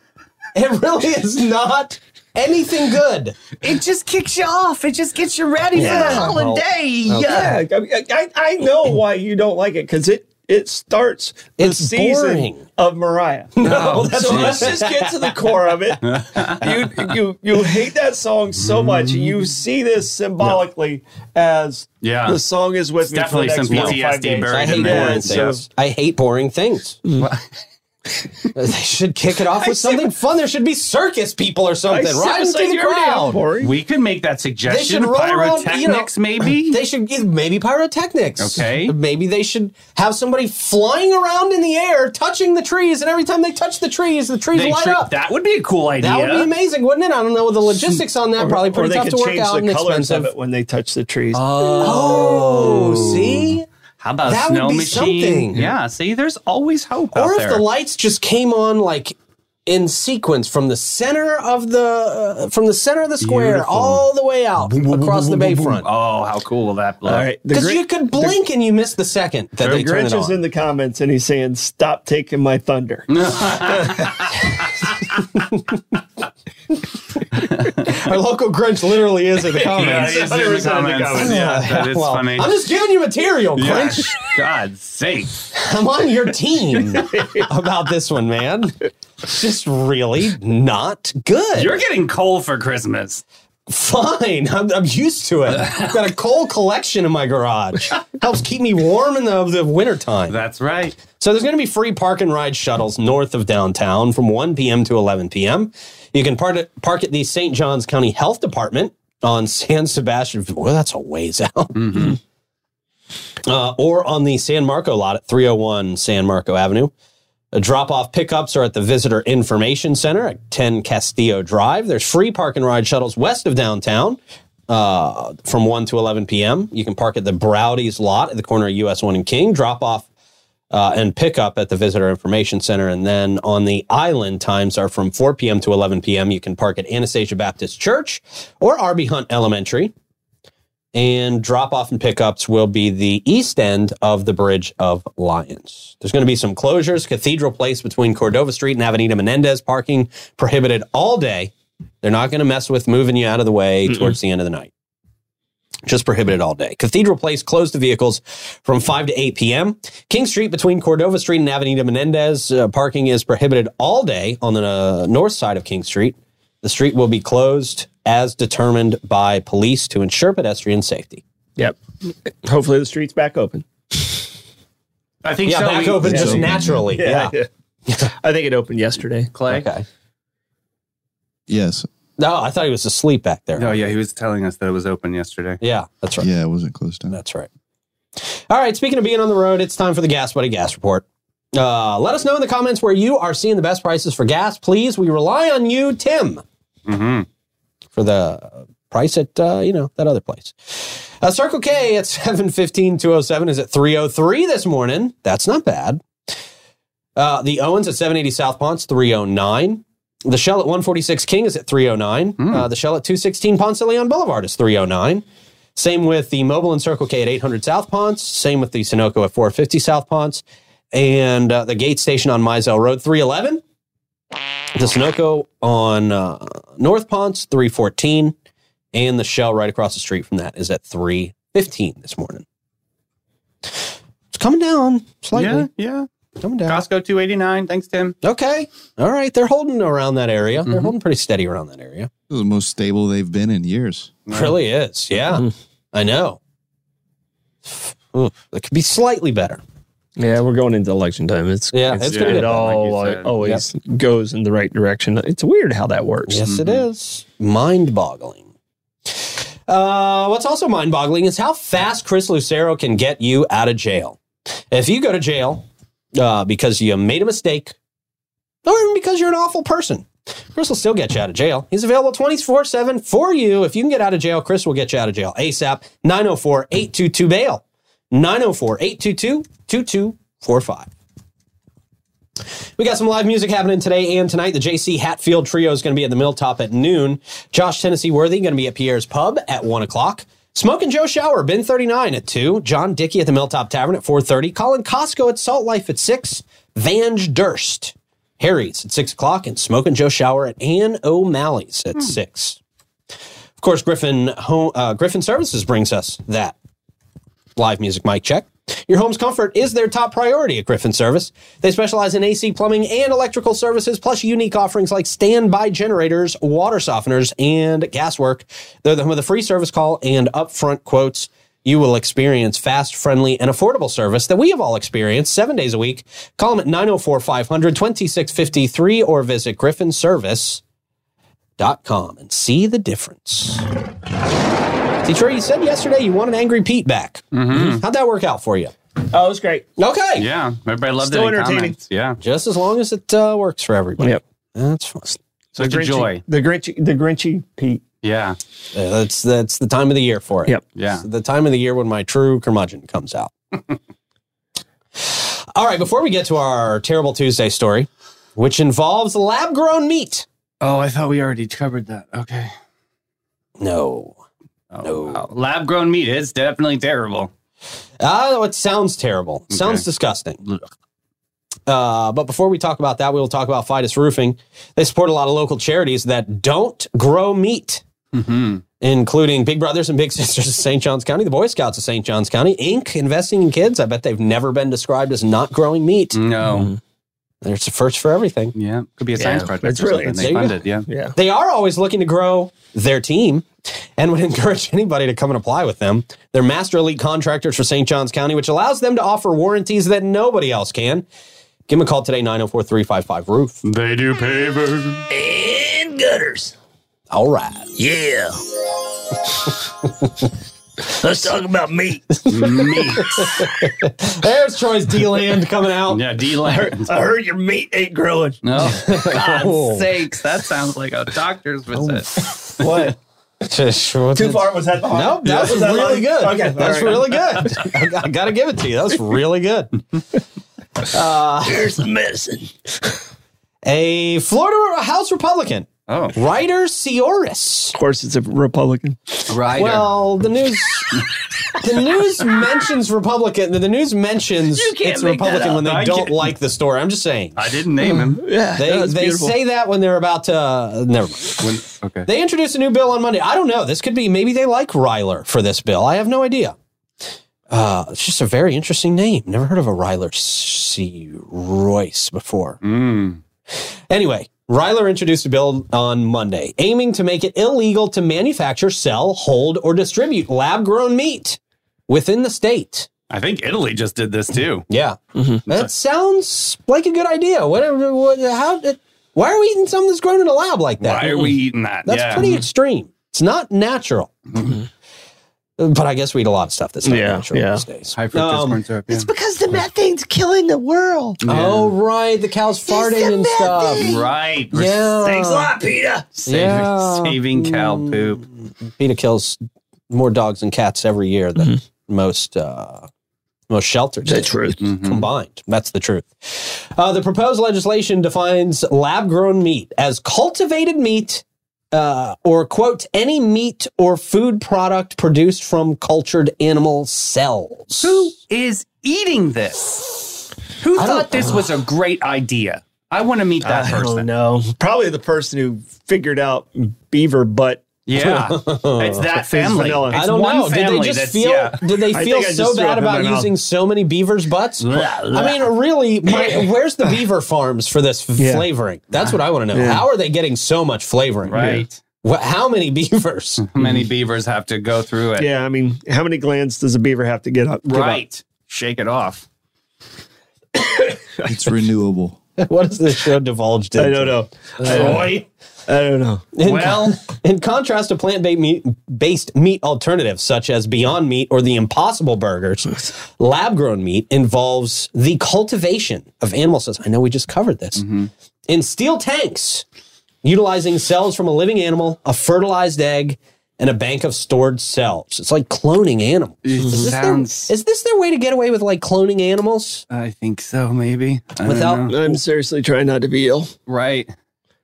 It really is not anything good. It just kicks you off. It just gets you ready Yeah. yeah, I, mean, I, I know why you don't like it because it it starts the It's season boring. of Mariah. No, that's so what let's just get to the core of it. You you you hate that song so much. Mm. You see this symbolically as Yeah. the song is It's with me. for definitely the next some four or five PTSD days. buried I in hate there. boring Yeah. things. I hate boring things. they should kick it off with see something fun. There should be circus people or I something see- I riding was through like, the you already have crowd. boring. We could make that They should suggestion. roll around, you know- Pyrotechnics, maybe. They should give maybe pyrotechnics. Okay. Maybe they should have somebody flying around in the air, touching the trees, and every time they touch the trees, the trees They light tri- up. That would be a cool idea. That would be amazing, wouldn't it? I don't know the logistics on that. probably or pretty they tough could to work change out and the colors expensive. of it when they touch the trees. Oh, see. How about That a would snow be machine? something. Yeah. See, there's always hope out Or if there. the lights just came on like in sequence from the center of the uh, from the center of the square Beautiful. all the way out across the bayfront. Oh, how cool will that look? All right, the Because Grin- you could blink and you miss the second that the they turn it Grinch is on. in the comments and he's saying, "Stop taking my thunder." Our local Grinch literally is in the comments. Yeah, it's in the 100% in the comments. comments. Yeah, that is Well, funny. I'm just giving you material, Yeah. Grinch. God's sake. I'm on your team about this one, man. It's just really not good. You're getting coal for Christmas. fine. I'm, I'm used to it. I've got a coal collection in my garage. Helps keep me warm in the, the wintertime. That's right. So there's going to be free park and ride shuttles north of downtown from 1 p.m. to 11 p.m. You can park at, park at the St. Johns County Health Department on San Sebastian. Well, that's a ways out. Uh, or on the San Marco lot at 301 San Marco Avenue. Drop off pickups are at the Visitor Information Center at 10 Castillo Drive. There's free park and ride shuttles west of downtown uh, from 1 to 11 p.m. You can park at the Browdy's lot at the corner of US 1 and King. Drop off uh, and pick up at the Visitor Information Center. And then on the island, times are from 4 p.m. to 11 p.m. You can park at Anastasia Baptist Church or Arby Hunt Elementary. And drop off and pickups will be the east end of the Bridge of Lions. There's going to be some closures. Cathedral Place between Cordova Street and Avenida Menendez parking prohibited all day. They're not going to mess with moving you out of the way towards the end of the night just prohibited all day. Cathedral Place closed to vehicles from 5 to 8 p.m. King Street between Cordova Street and Avenida Menendez, uh, parking is prohibited all day on the uh, north side of King Street. The street will be closed as determined by police to ensure pedestrian safety. Yep. Hopefully the street's back open. I think Yeah, so. back We- open yeah. just so- naturally. Yeah. I think it opened yesterday. Clay. Okay. Yes. No, I thought he was asleep back there. No, Oh, yeah, he was telling us that it was open yesterday. Yeah, that's right. Yeah, it wasn't close down. That's right. All right. Speaking of being on the road, it's time for the Gas Buddy Gas Report. Uh, let us know in the comments where you are seeing the best prices for gas, please. We rely on you, Tim, Mm-hmm. for the price at uh, you know that other place. Uh, Circle K at 715 207 is at 303 this morning. That's not bad. Uh, the Owens at 780 South oh Ponce 309. The Shell at 146 King is at 309. Uh, the Shell at 216 Ponce de Leon Boulevard is 309. Same with the Mobile and Circle K at 800 South Ponce. Same with the Sunoco at 450 South Ponce. And uh, the Gate Station on Mizell Road 311. the Sunoco on uh, North Ponce, 314, and the Shell right across the street from that is at 315 this morning. It's coming down Yeah, slightly. yeah. Coming down. Costco 289. Thanks, Tim. Okay. All right. They're holding around that area. They're Mhm. holding pretty steady around that area. This is the most stable they've been in years. Really is. Yeah. Mhm. I know. Ooh, it could be slightly better. Yeah, we're going into election time. It's Yeah. It's, It's- going yeah. to get it all- all. all like you said. always goes in the right direction. It's weird how that works. Yes, it Mhm. is. Mind boggling. Uh, what's also mind boggling is how fast Chris Lucero can get you out of jail. If you go to jail uh, because you made a mistake or even because you're an awful person, Chris will still get you out of jail. He's available 24 7 for you. If you can get out of jail, Chris will get you out of jail ASAP 904 822 bail. 904 822 2245. We got some live music happening today and tonight. The JC Hatfield Trio is going to be at the Milltop at noon. Josh Tennessee Worthy going to be at Pierre's Pub at 1 o'clock. Smoke and Joe Shower, Ben 39 at 2. John Dickey at the Milltop Tavern at 4.30. Colin Costco at Salt Life at 6. Vange Durst, Harry's at 6 o'clock. And Smoke and Joe Shower at Ann O'Malley's at 6. Of course, Griffin, Ho- uh, Griffin Services brings us that live music mic check. Your home's comfort is their top priority at Griffin Service. They specialize in AC plumbing and electrical services, plus unique offerings like standby generators, water softeners, and gas work. They're the home of the free service call and upfront quotes. You will experience fast, friendly, and affordable service that we have all experienced seven days a week. Call them at 904 500 2653 or visit griffinservice.com and see the difference. Detroit, you said yesterday you want an angry Pete back. Mm-hmm. How'd that work out for you? Oh, it was great. Okay. Yeah. Everybody loved Still it. entertaining. Comments. Yeah. Just as long as it uh, works for everybody. Yep. That's fine. Such a Grinchy- joy. The Grinchy, the Grinchy Pete. Yeah. Yeah, that's that's the time of the year for it. Yep. Yeah. It's the time of the year when my true curmudgeon comes out. All right. Before we get to our terrible Tuesday story, which involves lab grown meat. Oh, I thought we already covered that. Okay. No. Oh, No. Lab grown meat is definitely terrible. Ah, it sounds terrible. It Sounds Okay. disgusting. Ugh. Uh, but before we talk about that, we will talk about Fidus Roofing. They support a lot of local charities that don't grow meat. Mm-hmm. including Big Brothers and Big Sisters of St. John's County, the Boy Scouts of St. John's County, Inc., investing in kids. I bet they've never been described as not growing meat. No. There's a first for everything. Yeah. Could be a science Yeah. project. It's or really- something. there They you fund go. it. Yeah. Yeah. They are always looking to grow their team and would encourage anybody to come and apply with them. They're master elite contractors for St. John's County, which allows them to offer warranties that nobody else can. Give them a call today, 904 355 Roof. They do pavers. And gutters. All right. Yeah. Let's talk about meat. meat. There's Troy's D Land coming out. Yeah. D land. I heard your meat ain't growing. No. Oh. God's sakes. That sounds like a doctor's visit. What? Too far? Was that the hard? Nope, that was that really line? good. Okay, all that's right. really good. I, I gotta give it to you. That was really good. Uh, Here's the medicine. A Florida House Republican, Oh. Ryder Cioris. Of course, it's a Republican. Right. Well, the news. The news mentions Republican. The news mentions can't it's make that Republican up. when they I don't can't- like the story. I'm just saying. I didn't name him. Yeah, They, no, it's they beautiful. say that when they're about to. uh, never mind. When- okay. They introduced a new bill on Monday. I don't know. This could be maybe they like Ryler for this bill. I have no idea. Uh, it's just a very interesting name. Never heard of a Ryler C. Royce before. Mm. Anyway, Ryler introduced a bill on Monday aiming to make it illegal to manufacture, sell, hold, or distribute lab grown meat within the state. I think Italy just did this too. Yeah. Mhm. Mm-hmm. That sounds like a good idea. What, what, how, why are we eating something that's grown in a lab like that? Why are we eating that? That's yeah. Mm-hmm. pretty extreme. It's not natural. But I guess we eat a lot of stuff that's not Yeah, natural yeah. these days. High fructose Um, corn syrup. Yeah. because the methane's killing the world. Oh right, the cows farting and stuff. Right. We're Yeah, Thanks a lot, Peter. saving, Yeah. Mm. saving cow poop. PETA kills more dogs and cats every year than most uh, most shelters. The do. Mm-hmm. truth. Mm-hmm. combined. That's the truth. Uh, the proposed legislation defines lab grown meat as cultivated meat uh, or, quote, any meat or food product produced from cultured animal cells. Who is eating this? Who thought this was a great idea? I want to meet that I person. don't know. Probably the person who figured out beaver butt. Yeah, it's that family. vanilla. It's I I don't one know. Did family they just that's- feel? yeah. Did they I feel think I so just threw bad up in my about mouth. using so many beavers' butts? Blah, blah. I mean, really, my, where's the beaver farms for this f- Yeah. flavoring? That's what I want to know. Yeah. How are they getting so much flavoring? right? Wh- how many beavers? How many beavers have to go through it? Yeah, I mean, how many glands does a beaver have to get up? give up? right. Shake it off. It's renewable. what does this show divulged into? I don't know. Troy? I don't know. In, Well, in contrast to plant-based meat, based meat alternatives such as Beyond Meat or the Impossible Burgers, lab-grown meat involves the cultivation of animal cells. I know we just covered this Mm-hmm. in steel tanks, utilizing cells from a living animal, a fertilized egg, and a bank of stored cells. It's like cloning animals. Is this, sounds- their, is this their way to get away with like cloning animals I think so. Maybe I don't without? know. I'm seriously trying not to be ill. right.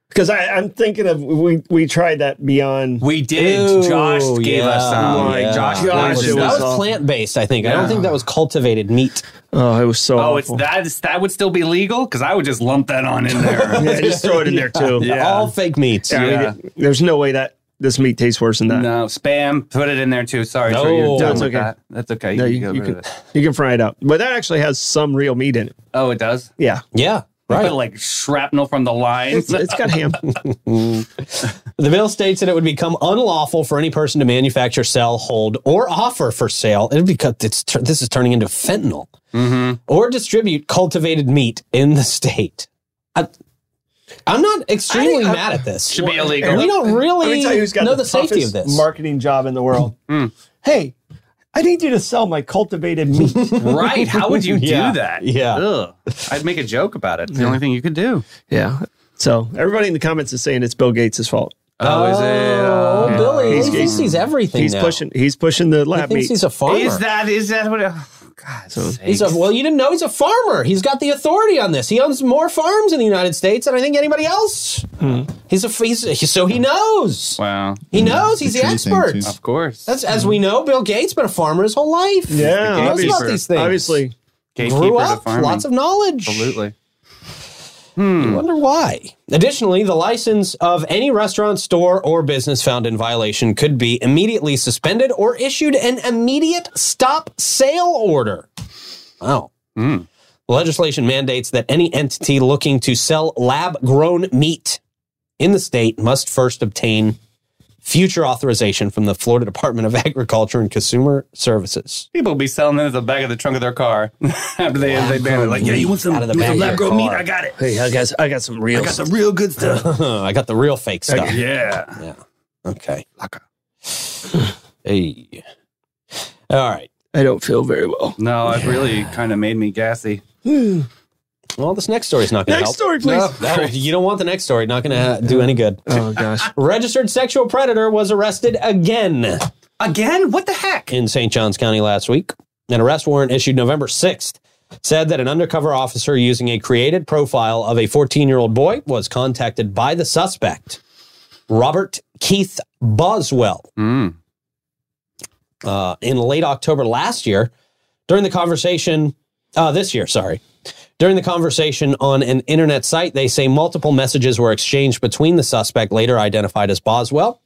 Because I'm thinking of we we tried that beyond. We did. Ew, Josh gave yeah, Oh us some. my Like, Josh, gosh, that was, it it was awful. plant based. I think. I don't Yeah. think that was cultivated meat. Oh, it was so. Oh, it's awful. that. That would still be legal because I would just lump that on in there. Yeah, just throw it in there too. Yeah. All fake meats. Yeah, I mean, Yeah. it- there's no way that this meat tastes worse than that. No, no spam. Put it in there too. Sorry, No. Troy, you're done That's with okay. that. That's okay. You can you, get you rid of can it. you can fry it up, but that actually has some real meat in it. Oh, it does. Yeah, Yeah. Right. Right. like shrapnel from the line. it's, it's got ham. The bill states that it would become unlawful for any person to manufacture, sell, hold, or offer for sale. It would become it's, tur- this is turning into fentanyl Mm-hmm. or distribute cultivated meat in the state. I, I'm not extremely I- uh, mad at this. Should be illegal. We don't Let really me tell you who's got know the, the, safety of toughest this. marketing job in the world. Hey, I need you to sell my cultivated meat. right. How would you do Yeah. that? Yeah. Ugh. I'd make a joke about it. It's the only thing you could do. yeah. So everybody in the comments is saying it's Bill Gates' fault. Oh, is it? Oh, uh, Billy, he's- he thinks he's everything. He's now. pushing. He's pushing the He lab thinks meat. he's a farmer. Is that is that what? Oh, God. He's a, well, you didn't know he's a farmer. He's got the authority on this. He owns more farms in the United States than I think anybody else. Hmm. He's a he's, he- so he knows. wow. He knows. He's the It's a tree thing, expert. too. Of course. That's as we know. Bill Gates been a farmer his whole life. yeah, he knows obviously. about these things. Obviously, grew Gatekeeper to up, farming. lots of knowledge. Absolutely. I wonder why. Additionally, the license of any restaurant, store, or business found in violation could be immediately suspended or issued an immediate stop sale order. Wow. The legislation mandates that any entity looking to sell lab grown meat in the state must first obtain future authorization from the Florida Department of Agriculture and Consumer Services. People will be selling it at the back of the trunk of their car after they they ban it. Like, yeah, you want some, Out of the you back of want some your lab grown car. meat? I got it. hey, I got I got some real. I got some real good stuff. I got the real fake stuff. yeah. Okay. Hey. All right. I don't feel very well. No, it really kind of made me gassy. Well, this next story's not going to Next help. story, please. No, that- you don't want the next story. Not going to do any good. Oh gosh. Registered sexual predator was arrested again Again? What the heck? in St. Johns County last week. An arrest warrant issued November 6th said that an undercover officer using a created profile of a 14 year old boy was contacted by the suspect, Robert Keith Boswell. Mm. uh, in late October last year during the conversation, uh, this year, sorry. During the conversation on an internet site, they say multiple messages were exchanged between the suspect, later identified as Boswell,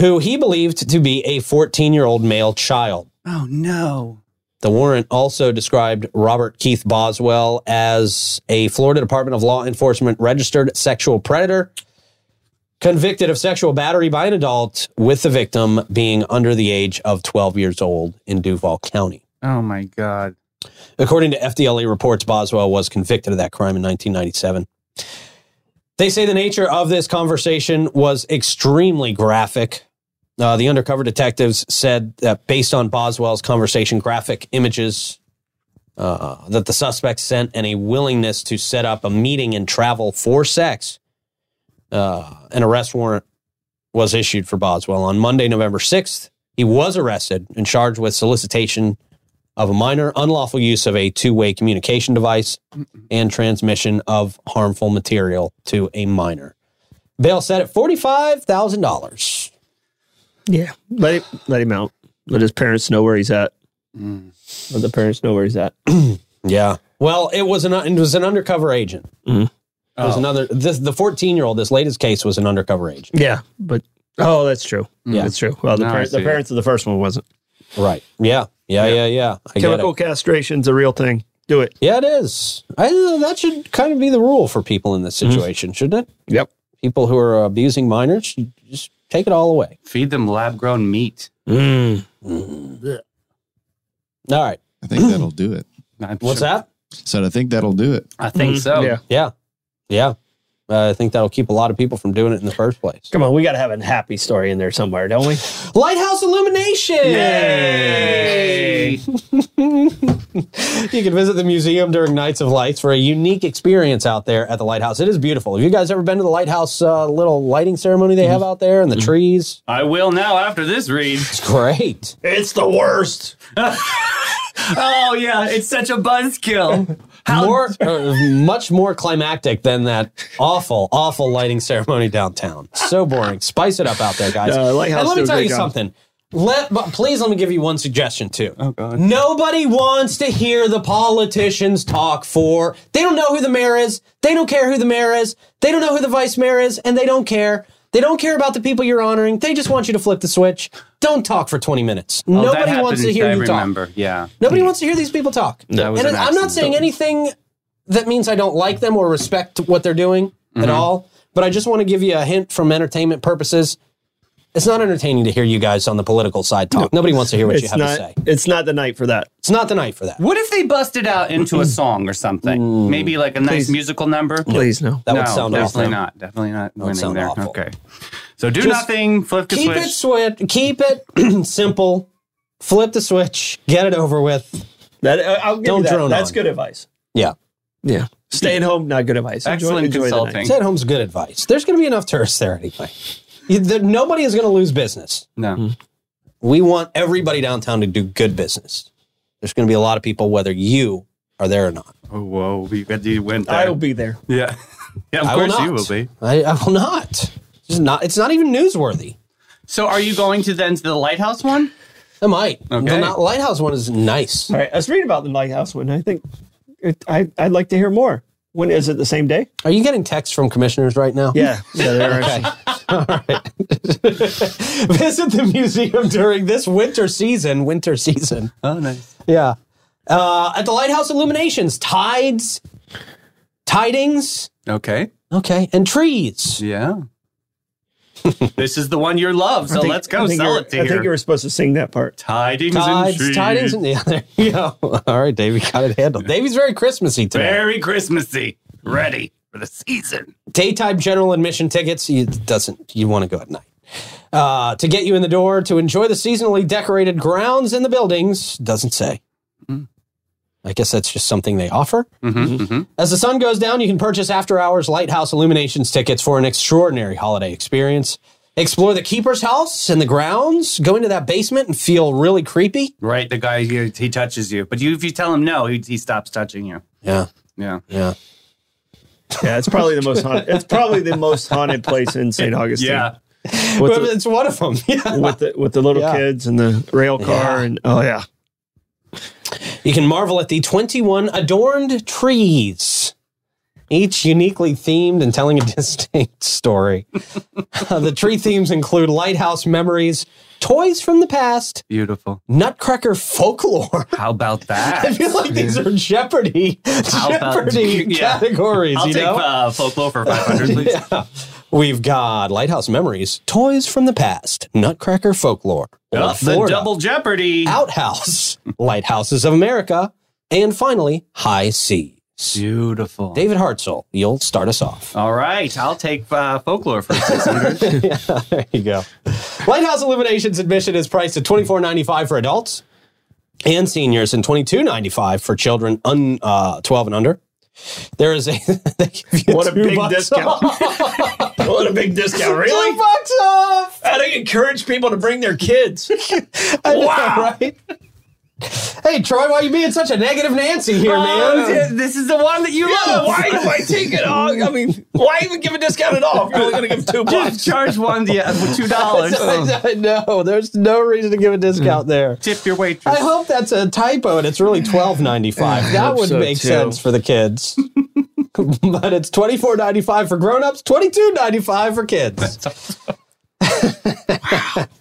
who he believed to be a 14 year old male child. Oh, no. The warrant also described Robert Keith Boswell as a Florida Department of Law Enforcement registered sexual predator, convicted of sexual battery by an adult, with the victim being under the age of 12 years old in Duval County. Oh, my God. According to FDLE E reports, Boswell was convicted of that crime in 1997. They say the nature of this conversation was extremely graphic. Uh, the undercover detectives said that based on Boswell's conversation, graphic images uh, that the suspect sent, and a willingness to set up a meeting and travel for sex, uh, an arrest warrant was issued for Boswell. On Monday, November 6th, he was arrested and charged with solicitation of a minor, unlawful use of a two way communication device, and transmission of harmful material to a minor. Bail set at $45,000. Yeah. Let him let him out. Let his parents know where he's at. Mm. Let the parents know where he's at. Yeah. Well, it was an it was an undercover agent. Mhm. was another this the 14 year old this latest case was an undercover agent Yeah, but oh, that's true. Yeah, that's true. Well, the No, Mm. I parents, see. The parents of the first one wasn't. right yeah yeah yeah yeah, I get Chemical it. castration's a real thing. Do it. yeah it is I, that should kind of be the rule for people in this situation shouldn't it Yep. people who are abusing minors you just take it all away Feed them lab grown meat. Mm. all right I think that'll do it. I'm what's sure- that Mm-hmm. So I think that'll do it. I think Mhm. so. Yeah. yeah yeah uh, I think that'll keep a lot of people from doing it in the first place. Come on, we got to have a happy story in there somewhere, don't we? Lighthouse illumination! Yay! you can visit the museum during Nights of Lights for a unique experience out there at the lighthouse. It is beautiful. Have you guys ever been to the lighthouse uh, little lighting ceremony they have out there and the trees? I will now after this read. Mm-hmm. It's great. It's the worst. oh yeah, it's such a buzzkill. More, uh, much more climactic than that awful, awful lighting ceremony downtown. So boring. Spice it up out there, guys. Uh, lighthouse and let do me a tell great you job. something. Let, but please let me give you one suggestion too. Nobody wants to hear the politicians talk for. They don't know who the mayor is. They don't care who the mayor is. They don't know who the vice mayor is, and they don't care. They don't care about the people you're honoring. They just want you to flip the switch. Don't talk for 20 minutes. Oh, that Nobody wants to happened, hear I you talk. remember. Yeah. Nobody wants to hear these people talk. That was and an I'm not accident. saying anything that means I don't like them or respect what they're doing Mm-hmm. at all. But I just want to give you a hint from entertainment purposes. It's not entertaining to hear you guys on the political side talk. Nobody wants to hear what you It's have to not. say. It's not the night for that. It's not the night for that. What if they busted out into a song or something? Maybe like a nice musical number. Please no. That no, would sound definitely awful. not. Definitely not winning sound there. awful. Okay. So do Just nothing. Flip the Keep switch. it switch. Keep it simple. Flip the switch. Get it over with. That I- I'll give Don't you that. drone That's on. good advice. Yeah. Yeah. Stay at home, not good advice. Enjoy- Excellent enjoy the night. consulting. Stay at home's good advice. There's going to be enough tourists there anyway. You- there- Nobody is going to lose business. No. We want everybody downtown to do good business. There's going to be a lot of people, whether you are there or not. Oh whoa, we got you went there. I will be there. yeah. yeah, of I will course you not. will be. I, I will not. It's not. It's not even newsworthy. So are you going to then to the lighthouse one? I might. Okay. The not lighthouse one is nice. All right, I was reading about the lighthouse one. I think it, I I'd like to hear more. When is it? The same day? Are you getting texts from commissioners right now? Yeah. Yeah. There Okay. All right. Visit the museum during this winter season. Winter season. Oh nice. Yeah. Uh, at the lighthouse illuminations, tides, tidings. Okay. Okay, and trees. Yeah. this is the one you love, so I think- let's go I think sell you're- it to I think you your were supposed to sing that part. tidings and Tides, trees. tidings, and yeah, there you go. All right, Davey got it handled. Davey's very Christmassy today. very Christmassy, ready for the season. daytime general admission tickets you doesn't you want to go at night uh, to get you in the door to enjoy the seasonally decorated grounds and the buildings doesn't say Hmm. i guess that's just something they offer as the sun goes down you can purchase after hours lighthouse illuminations tickets for an extraordinary holiday experience explore the keeper's house and the grounds go into that basement and feel really creepy Right, the guy he, he touches you, but you if you tell him no, he, he stops touching you. yeah Yeah. yeah Yeah, it's probably the most haunted. It's probably the most haunted place in St. Augustine. Yeah. With But the, it's one of them yeah with the with the little Yeah. kids and the rail car Yeah. and oh yeah. You can marvel at the 21 adorned trees, each uniquely themed and telling a distinct story. Uh, the tree themes include lighthouse memories, toys from the past, Beautiful. nutcracker folklore. How about I that? feel like these are Jeopardy, about- Jeopardy Yeah. categories. I'll you take know? uh, folklore for 500, please. Yeah. We've got lighthouse memories, toys from the past, nutcracker folklore, Up the Florida. double jeopardy. Outhouse, Lighthouses of America, and finally, High Seas. Beautiful. David Hartzell, you'll start us off. All right, I'll take uh, folklore for 600. there you go. Lighthouse Illuminations admission is priced at twenty four ninety five for adults and seniors, and twenty two ninety five for children un, uh, twelve and under. There is a they give you What a two big bucks discount. off. What a big discount! Two bucks off. I think encourage people to bring their kids. I know, right? Hey, Troy, why are you being such a negative Nancy here, Oh, man? this is the one that you Yeah, why do I take it off? I mean, why even give a discount at all? If you're only going to give two bucks. Just charge one yeah, for two dollars. I know. There's no reason to give a discount there. Tip your waitress. I hope that's a typo and it's really twelve ninety five. That would so, make too. sense for the kids. but it's twenty four ninety five for grown ups, twenty two ninety five for kids.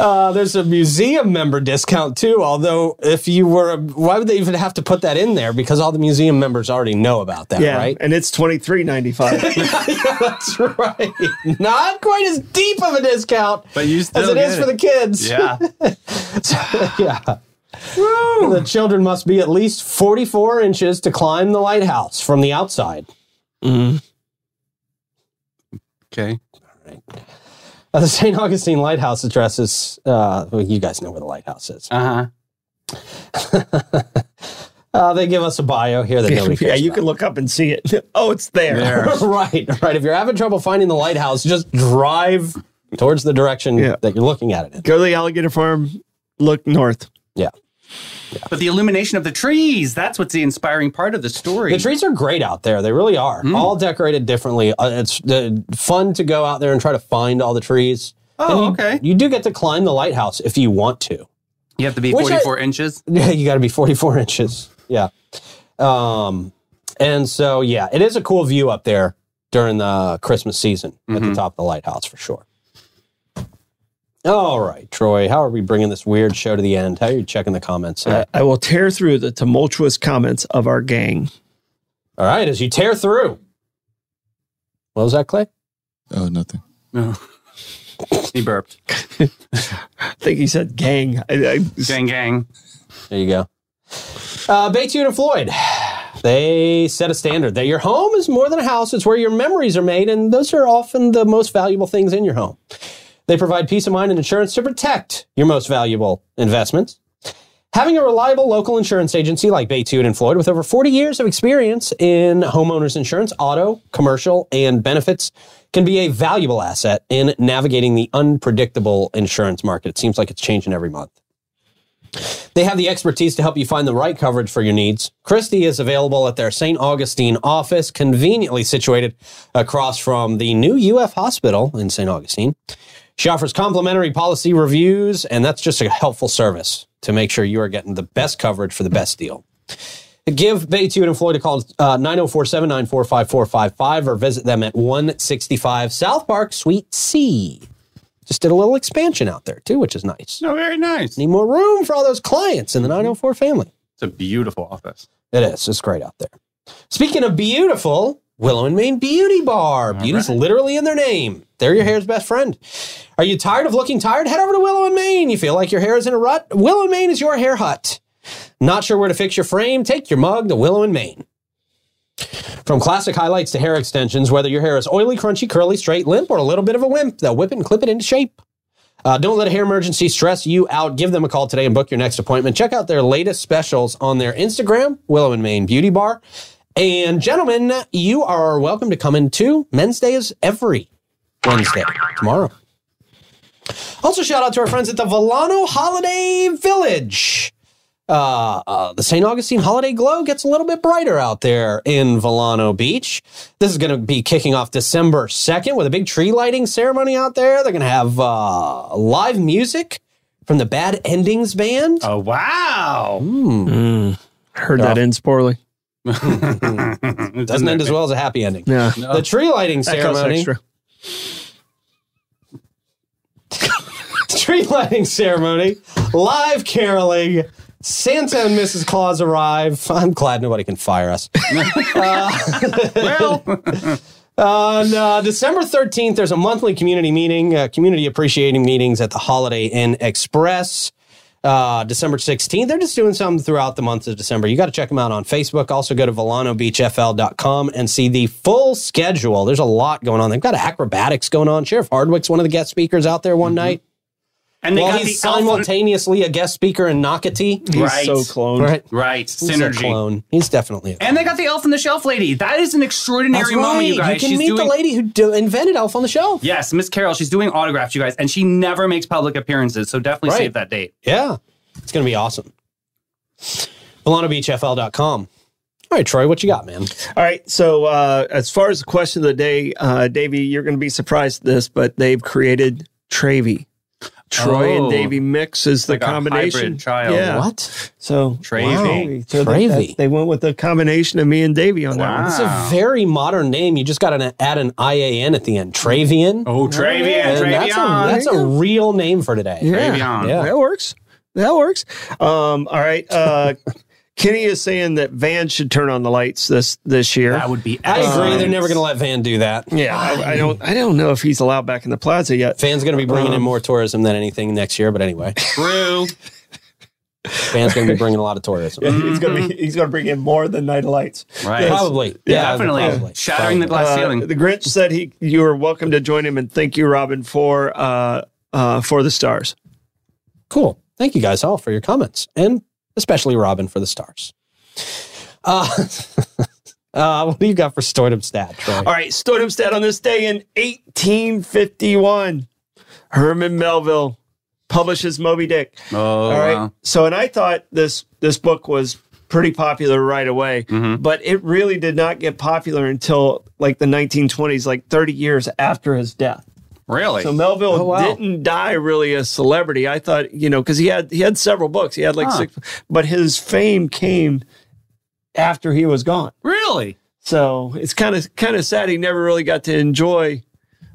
Uh, there's a museum member discount too. Although, if you were, why would they even have to put that in there? Because all the museum members already know about that, Yeah, right? and it's twenty three ninety five. yeah, that's right. Not quite as deep of a discount But you as still it get is for the kids. Yeah. yeah. The children must be at least 44 inches to climb the lighthouse from the outside. Okay. Uh, the St. Augustine Lighthouse address is, uh, well, you guys know where the lighthouse is. Uh huh. Uh, they give us a bio here that nobody yeah, cares you can look up and see it. Oh, it's there. about. right, right. If you're having trouble finding the lighthouse, just drive towards the direction Yeah. that you're looking at it in. Go to the alligator farm. Look north. But the illumination of the trees, that's what's the inspiring part of the story. The trees are great out there. They really are. Mm. All decorated differently. Uh, it's uh, fun to go out there and try to find all the trees. Oh, And you- okay. You do get to climb the lighthouse if you want to. You have to be Which I- 44 inches. Yeah, you got to be 44 inches. Yeah. Um, and so, yeah, it is a cool view up there during the Christmas season at the top of the lighthouse for sure. All right, Troy, how are we bringing this weird show to the end? How are you checking the comments? I, I will tear through the tumultuous comments of our gang. All right, as you tear through. What was that, Clay? Oh, nothing. No. he burped. I think he said gang. I, I, Gang, gang. There you go. Uh, Baytune and Floyd, they set a standard that your home is more than a house. It's where your memories are made, and those are often the most valuable things in your home. They provide peace of mind and insurance to protect your most valuable investments. Having a reliable local insurance agency like Baytune and Floyd with over 40 years of experience in homeowners insurance, auto, commercial, and benefits can be a valuable asset in navigating the unpredictable insurance market. It seems like it's changing every month. They have the expertise to help you find the right coverage for your needs. Christie is available at their St. Augustine office, conveniently situated across from the new UF Hospital in St. Augustine. She offers complimentary policy reviews, and that's just a helpful service to make sure you are getting the best coverage for the best deal. Give Baytune and Floyd a call uh, 904 794 5455 or visit them at 165 South Park, Suite C. Just did a little expansion out there, too, which is nice. No, very nice. Need more room for all those clients in the 904 family. It's a beautiful office. It is. It's great out there. Speaking of beautiful, Willow and Maine Beauty Bar. Beauty's literally in their name. They're your hair's best friend. Are you tired of looking tired? Head over to Willow and Maine. You feel like your hair is in a rut? Willow and Maine is your hair hut. Not sure where to fix your frame? Take your mug to Willow and Maine. From classic highlights to hair extensions, whether your hair is oily, crunchy, curly, straight, limp, or a little bit of a wimp, they'll whip it and clip it into shape. Uh, don't let a hair emergency stress you out. Give them a call today and book your next appointment. Check out their latest specials on their Instagram, Willow and Maine Beauty Bar. And gentlemen, you are welcome to come in too. Men's Day is every Wednesday tomorrow. Also, shout out to our friends at the Volano Holiday Village. Uh, uh, the St. Augustine Holiday Glow gets a little bit brighter out there in Volano Beach. This is going to be kicking off December 2nd with a big tree lighting ceremony out there. They're going to have uh, live music from the Bad Endings Band. Oh, wow. heard Oh. that ends poorly. Doesn't end as well as a happy ending. Yeah. The tree lighting That costs ceremony. extra. tree lighting ceremony, live caroling, Santa and Mrs. Claus arrive. I'm glad nobody can fire us. Uh, well, On uh, December 13th, there's a monthly community meeting, uh, community appreciating meetings at the Holiday Inn Express. Uh, December 16th, they're just doing something throughout the month of December. You got to check them out on Facebook. Also, go to VolanoBeachFL.com and see the full schedule. There's a lot going on. They've got acrobatics going on. Sheriff Hardwick's one of the guest speakers out there one night. and they Well, got the he's simultaneously a guest speaker in Nocatee. He's Right. so cloned. Right. elf. Right. He's a Synergy. clone. He's definitely. A And they got the elf and the shelf lady. That is an extraordinary moment, you guys. can She's meet doing, the lady who do- invented Elf on the Shelf. Yes, Miss Carol. She's doing autographs, you guys, and she never makes public appearances. So definitely Right. save that date. Yeah. It's going to be awesome. VolanoBeachFL.com. All right, Troy, what you got, man? All right. So, uh, as far as the question of the day, uh, Davey, you're going to be surprised at this, but they've created Travy. Troy Oh. and Davy mix is the Like a combination. hybrid child. Yeah. What? So Travy. So that- Travy. that- they went with the combination of me and Davy on that one. It's Oh. a very modern name. You just got to add an IAN at the end. Travian. Oh, Travian, And that's a, Travian. that's a real name for today. Travian. Yeah. That works. That works. Um, all right. Uh, Kenny is saying that Van should turn on the lights this this year. That would be. I agree. They're excellent. never going to let Van do that. yeah, I, I don't. I don't know if he's allowed back in the plaza yet. Van's going to be bringing in more tourism than anything next year. But anyway, True. Van's going to be bringing a lot of tourism. Yeah, he's gonna be, he's gonna bring in more than Night of Lights. Right. Probably. Yeah, Yeah, definitely. probably. Shattering the glass Uh, ceiling. the Grinch said he you are welcome to join him and thank you, Robin, for uh, uh, for the stars. Cool. Thank you guys all for your comments and especially Robin for the stars. Uh, uh, what do you got for Stordom stat, Troy? All right, Stodumstad on this day in 1851, Herman Melville publishes Moby Dick. Oh, All right. wow. So, and I thought this this book was pretty popular right away, Mm-hmm. but it really did not get popular until like the 1920s, like 30 years after his death. really? So Melville Oh, wow. didn't die really a celebrity. I thought, you know, because he had he had several books. He had like Huh. six, but his fame came after he was gone. really? So it's kind of kind of sad he never really got to enjoy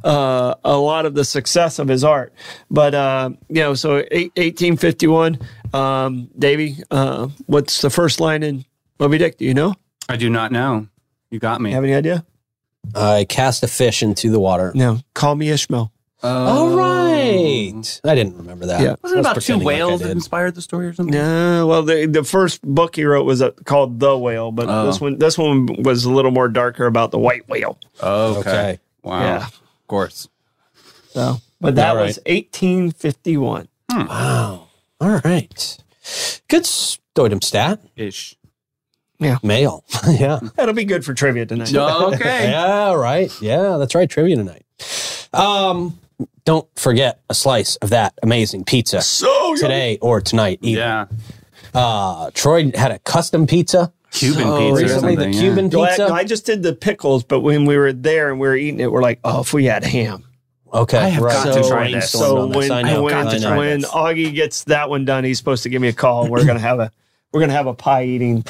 uh, a lot of the success of his art. But uh, you know, so eight, 1851, um, Davy, uh, what's the first line in Moby Dick? Do you know? I do not know. You got me. Have any idea? I cast a fish into the water. No. Call me Ishmael. Uh, All right. I didn't remember that. Yeah. I was Wasn't it about two pretending like I whales that did. inspired the story or something? No, well, the the first book he wrote was uh, called The Whale, but Oh. this one this one was a little more darker about the white whale. Okay. Okay. Wow. Yeah. Of course. So, but that All right. was 1851. Wow. All right. Good Stordom stat. Ish. Male. yeah. That'll be good for trivia tonight. Okay. Yeah, right. Yeah, that's right. Trivia tonight. Um, don't forget a slice of that amazing pizza So today or tonight. Either. yeah. Uh, Troy had a custom pizza Cuban So pizza. or recently. The something, yeah. Cuban Glad- pizza. no, I just did the pickles, but when we were there and we were eating it, we're like, oh, if we had ham. okay, I have right. got to try this. brainstormed So on this. when, I know, when, I know. when Augie gets that one done, he's supposed to give me a call. We're gonna have a we're gonna have a pie eating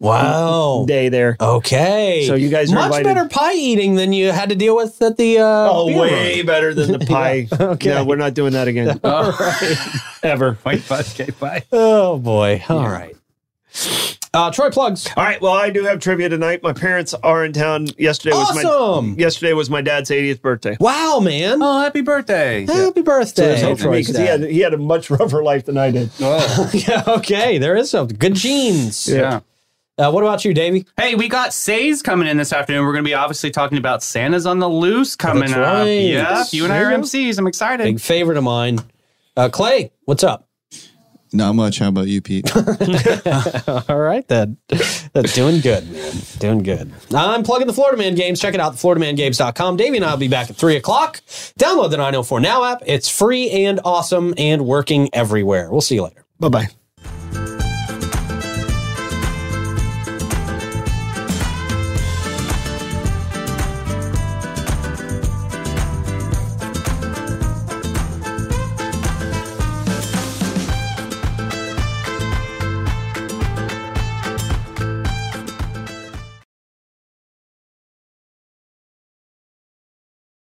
wow. day there. Okay. So you guys are much invited. better pie eating than you had to deal with at the. Uh, Oh, beer way room. better than the pie. Okay. No, we're not doing that again Oh, ever. Wait, but- okay, bye. Oh boy. All right. Uh, Troy plugs. All right. Well, I do have trivia tonight. My parents are in town. Yesterday was my Awesome. yesterday was my dad's 80th birthday. Wow, man. Oh, happy birthday. Happy birthday. There's hope for me Troy's 'cause he dad. had he had a much rougher life than I did. yeah, okay. There is something. Good genes. Yeah. Uh, what about you, Davey? Hey, we got Say's coming in this afternoon. We're going to be obviously talking about Santa's on the Loose coming That's up. right. Yeah, you and I are MCs. I'm excited. Big favorite of mine. Uh, Clay, what's up? Not much. How about you, Pete? All right, then. That's doing good, man. Doing good. I'm plugging the Florida Man Games. Check it out, thefloridamangames.com. Davey and I will be back at 3 o'clock. oh Download the 904 Now app. It's free and awesome and working everywhere. We'll see you later. Bye bye.